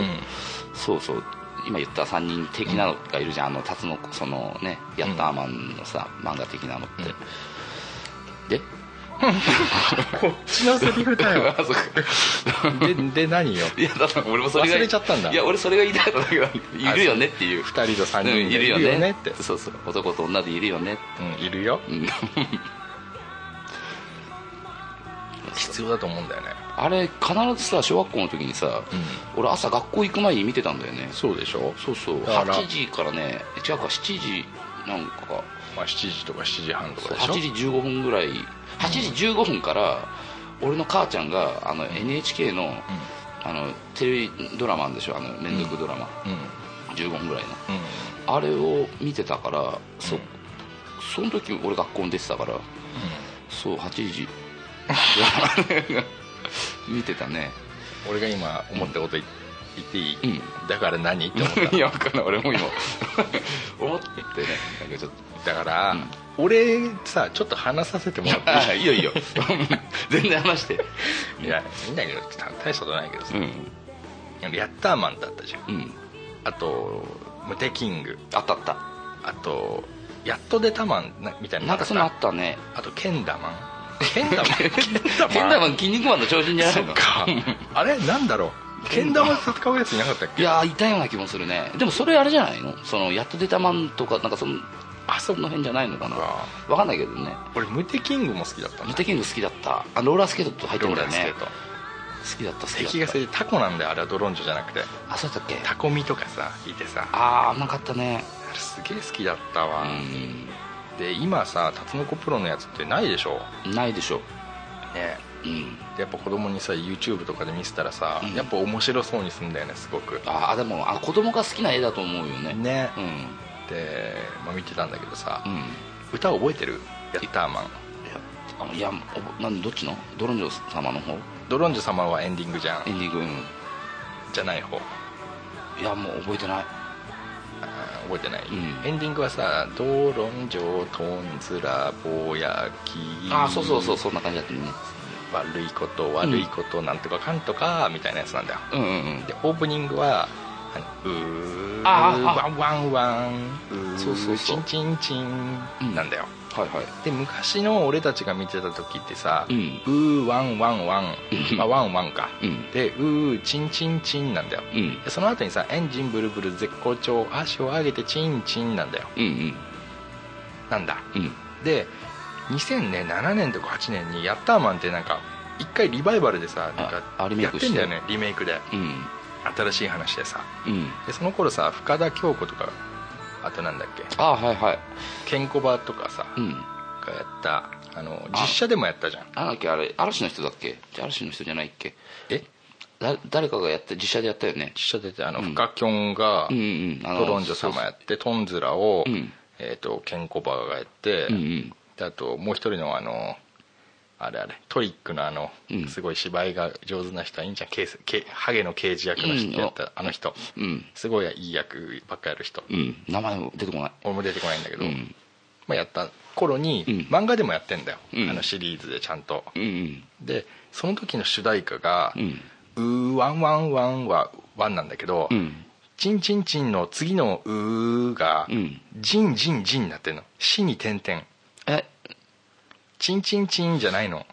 Speaker 4: そうそう今言った3人的なのがいるじゃん、あのタツノコそのねヤッターマンのさ、漫画的なのって、で
Speaker 3: こっちのセリフだよ
Speaker 4: あそっか
Speaker 3: で で何よ
Speaker 4: いやだから俺もそれが
Speaker 3: 忘れちゃったんだ
Speaker 4: いや俺それが言いたかったんだけど いるよねっていう
Speaker 3: 2人と3人
Speaker 4: うん
Speaker 3: で
Speaker 4: いるよ
Speaker 3: いる
Speaker 4: ね
Speaker 3: よねって
Speaker 4: そうそう男と女でいるよね
Speaker 3: うんいるよ
Speaker 4: うんそう
Speaker 3: 必要だと思うんだよね
Speaker 4: あれ必ずさ小学校の時にさ、俺朝学校行く前に見てたんだよね
Speaker 3: そうでしょ
Speaker 4: そうそう
Speaker 3: だから
Speaker 4: 8時からね違うか7時なんか
Speaker 3: まあ、7時とか7時半とかでし
Speaker 4: 8
Speaker 3: ょ
Speaker 4: 時15分ぐらい8時15分から俺の母ちゃんがあの NHK の,、あのテレビドラマあるんでしょあの連続ドラマ、
Speaker 3: うんうん
Speaker 4: 15分ぐらいのあれを見てたから、そその時俺学校に出てたから、そう8時 見てたね
Speaker 3: 俺が今思ったこと言言っていい、
Speaker 4: う
Speaker 3: だから何って思っ
Speaker 4: いや分かんない俺も今思ってねなんかちょっと
Speaker 3: ただから、俺さちょっと話させてもらって
Speaker 4: あいいよ いいよ全然話して
Speaker 3: いいやみんなに言ってた大したことないけどさ
Speaker 4: う、ん
Speaker 3: ヤッターマンだったじゃん
Speaker 4: うん
Speaker 3: あと「ムテキング
Speaker 4: あったあった」
Speaker 3: あと「やっと出たマン」なみたいな
Speaker 4: なんかそんなのあ
Speaker 3: あ
Speaker 4: ったね
Speaker 3: あと「ケンダマン」「ケンダマン」「
Speaker 4: 変なもん筋肉マンの超人じゃな
Speaker 3: そ
Speaker 4: い
Speaker 3: っ
Speaker 4: の
Speaker 3: かあれなんだろうけん玉で戦うやついなかったっ
Speaker 4: い
Speaker 3: け
Speaker 4: やーいたような気もするねでもそれあれじゃないのそのやっと出たマンとかなんかそのあそこの辺じゃないのかな
Speaker 3: あ
Speaker 4: わかんないけどね
Speaker 3: 俺ムテキングも好きだったん
Speaker 4: ム
Speaker 3: だ
Speaker 4: テキング好きだったあローラースケートと入って
Speaker 3: ロ
Speaker 4: るん
Speaker 3: ー
Speaker 4: だよ
Speaker 3: ラースケ
Speaker 4: ね
Speaker 3: ート
Speaker 4: 好きだった好
Speaker 3: 敵
Speaker 4: きだ
Speaker 3: が
Speaker 4: っ
Speaker 3: それでタコなんだよあれはドロンジョじゃなくて
Speaker 4: たあそうだったっけ
Speaker 3: タコミとかさいてさ
Speaker 4: ああなかったね
Speaker 3: あれすげえ好きだったわ、
Speaker 4: う
Speaker 3: で今さタツノコプロのやつってないでしょ
Speaker 4: んないでしょ
Speaker 3: ね
Speaker 4: うん
Speaker 3: でやっぱ子供にさ YouTube とかで見せたらさ、
Speaker 4: うん
Speaker 3: やっぱ面白そうにすんだよねすごく
Speaker 4: ああでもあ子供が好きな絵だと思うよね
Speaker 3: ね
Speaker 4: うん
Speaker 3: で、まあ、見てたんだけどさ
Speaker 4: う、ん
Speaker 3: 歌覚えてるヤッターマン
Speaker 4: いやあのいやおなんどっちのドロンジョ様の方
Speaker 3: ドロンジョ様はエンディングじゃん
Speaker 4: エンディングうん
Speaker 3: じゃない方
Speaker 4: いやもう覚えてない
Speaker 3: あー覚えてない、
Speaker 4: うん
Speaker 3: エンディングはさ「ドロンジョトンズラぼやき」
Speaker 4: ああそうそうそうそんな感じだったね
Speaker 3: 悪いこと悪いことなんとかかんとか」みたいなやつなんだよ
Speaker 4: うんうん
Speaker 3: でオープニングは「あのうー
Speaker 4: あーあ
Speaker 3: ワンワンワンうー
Speaker 4: そうそうそう
Speaker 3: チンチンチン」なんだよ、
Speaker 4: はいはい
Speaker 3: で昔の俺たちが見てた時ってさ「
Speaker 4: うん
Speaker 3: うーワンワンワン」
Speaker 4: うん
Speaker 3: まあ、ワンワンか、
Speaker 4: うん
Speaker 3: で「うーチンチンチン」なんだよ
Speaker 4: うん
Speaker 3: でその後にさ「エンジンブルブル絶好調足を上げてチンチン」なんだよ
Speaker 4: うんうん
Speaker 3: なんだ
Speaker 4: うん
Speaker 3: で2007年とか8年にヤッターマンってなんか一回リバイバルでさなん
Speaker 4: ああ
Speaker 3: か
Speaker 4: リメイ
Speaker 3: やっ
Speaker 4: ク
Speaker 3: て
Speaker 4: し
Speaker 3: ん
Speaker 4: て
Speaker 3: だよねリメイクで
Speaker 4: うん
Speaker 3: 新しい話でさ
Speaker 4: うん
Speaker 3: でその頃さ深田恭子とかあとなんだっけ
Speaker 4: ああはいはい
Speaker 3: ケンコバとかさ
Speaker 4: うん
Speaker 3: がやったあの実写でもやったじゃん
Speaker 4: なんだっけあれ嵐の人だっけじゃあ嵐の人じゃないっけ
Speaker 3: え
Speaker 4: だ誰かがやって実写でやったよね
Speaker 3: 実写であの
Speaker 4: うん
Speaker 3: 深きょんが
Speaker 4: うんうんあの
Speaker 3: トロンジョ様やってトンズラを
Speaker 4: うん
Speaker 3: えーとケンコバがやって
Speaker 4: うんうん
Speaker 3: であともう一人のあのあれあれトリックのあの、
Speaker 4: うん
Speaker 3: すごい芝居が上手な人はいいんじゃんケースケハゲの刑事役の人やった、あの人、
Speaker 4: うん
Speaker 3: すごいいい役ばっかやる人、
Speaker 4: うん名前も出てこない
Speaker 3: 俺も出てこないんだけど、
Speaker 4: うん
Speaker 3: まあ、やった頃に、
Speaker 4: うん
Speaker 3: 漫画でもやってんだよ、
Speaker 4: うん
Speaker 3: あのシリーズでちゃんと、
Speaker 4: うんうん
Speaker 3: でその時の主題歌が「
Speaker 4: うん
Speaker 3: うーワンワンワンはワン」なんだけど、
Speaker 4: うん
Speaker 3: チンチンチンの次の「うー」が
Speaker 4: うん
Speaker 3: ジンジンジン」になってんの「死」に点々
Speaker 4: え
Speaker 3: 「チンチンチン」じゃないの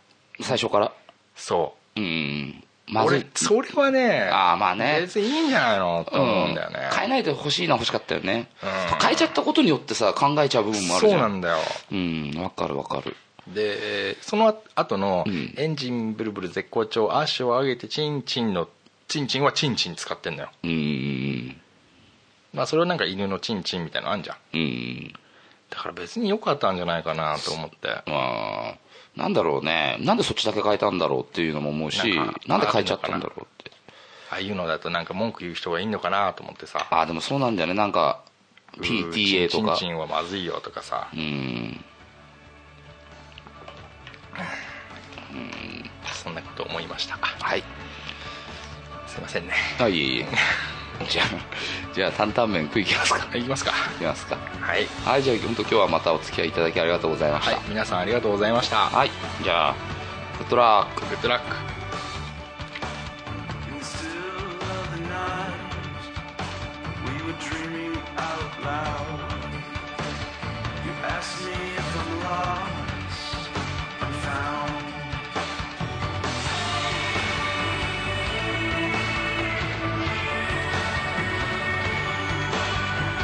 Speaker 4: 最初から
Speaker 3: そう
Speaker 4: うんうんまずい
Speaker 3: 俺それはね
Speaker 4: あーまあね
Speaker 3: 別にいいんじゃないのと思うんだよね、
Speaker 4: 変えないで欲しいな欲しかったよね、
Speaker 3: うん
Speaker 4: 変えちゃったことによってさ考えちゃう部分もある
Speaker 3: そう
Speaker 4: じゃん
Speaker 3: なんだよ
Speaker 4: うんわかるわかる
Speaker 3: でその後の
Speaker 4: うん
Speaker 3: 「エンジンブルブル絶好調足を上げてチンチン」の「チンチン」はチンチン使ってんだよ、
Speaker 4: うんうん
Speaker 3: まあ、それはなんか犬のチンチンみたいなのあんじゃん
Speaker 4: うんうん
Speaker 3: だから別に良かったんじゃないかなと思って
Speaker 4: まあなんだろうねなんでそっちだけ変えたんだろうっていうのも思うし
Speaker 3: な
Speaker 4: なんん
Speaker 3: か
Speaker 4: で変えちゃったんだろうって
Speaker 3: ああいうのだとなんか文句言う人がいいのかなと思ってさ
Speaker 4: ああでもそうなんだよねなんか
Speaker 3: 「
Speaker 4: PTA と
Speaker 3: うー
Speaker 4: か
Speaker 3: チンチンはまずいよ」とかさ
Speaker 4: うん
Speaker 3: そんなこと思いました
Speaker 4: はい
Speaker 3: すいませんね
Speaker 4: あいえいえ じゃあじゃあ担々麺食いきますか
Speaker 3: はい行きますか
Speaker 4: いきますか
Speaker 3: はい、
Speaker 4: はいじゃあ本当今日はまたお付き合いいただきありがとうございまし
Speaker 3: は
Speaker 4: た
Speaker 3: い、皆さんありがとうございました
Speaker 4: はい、じゃあグッドラック
Speaker 3: グッドラック
Speaker 2: In the still of the night, we were dreaming out loud. You asked me if I'm lost, I'm found. Once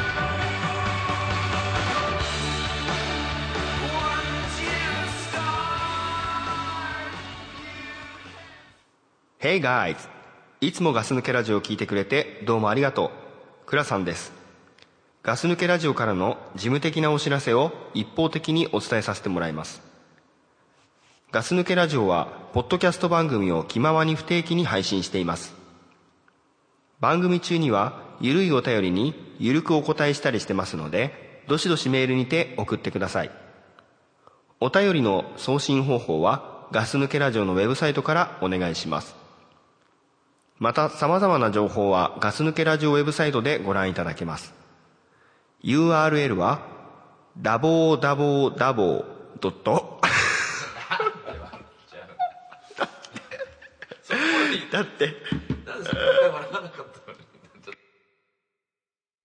Speaker 2: you start, you
Speaker 5: Hey guys! いつもガス抜けラジオを聞いてくれてどうもありがとう。倉さんです。ガス抜けラジオからの事務的なお知らせを一方的にお伝えさせてもらいます。ガス抜けラジオは、ポッドキャスト番組を気ままに不定期に配信しています。番組中には、ゆるいお便りにゆるくお答えしたりしてますので、どしどしメールにて送ってください。お便りの送信方法は、ガス抜けラジオのウェブサイトからお願いします。また、様々な情報は、ガス抜けラジオウェブサイトでご覧いただけます。URL は、ダボーダボーダボードット。 だって。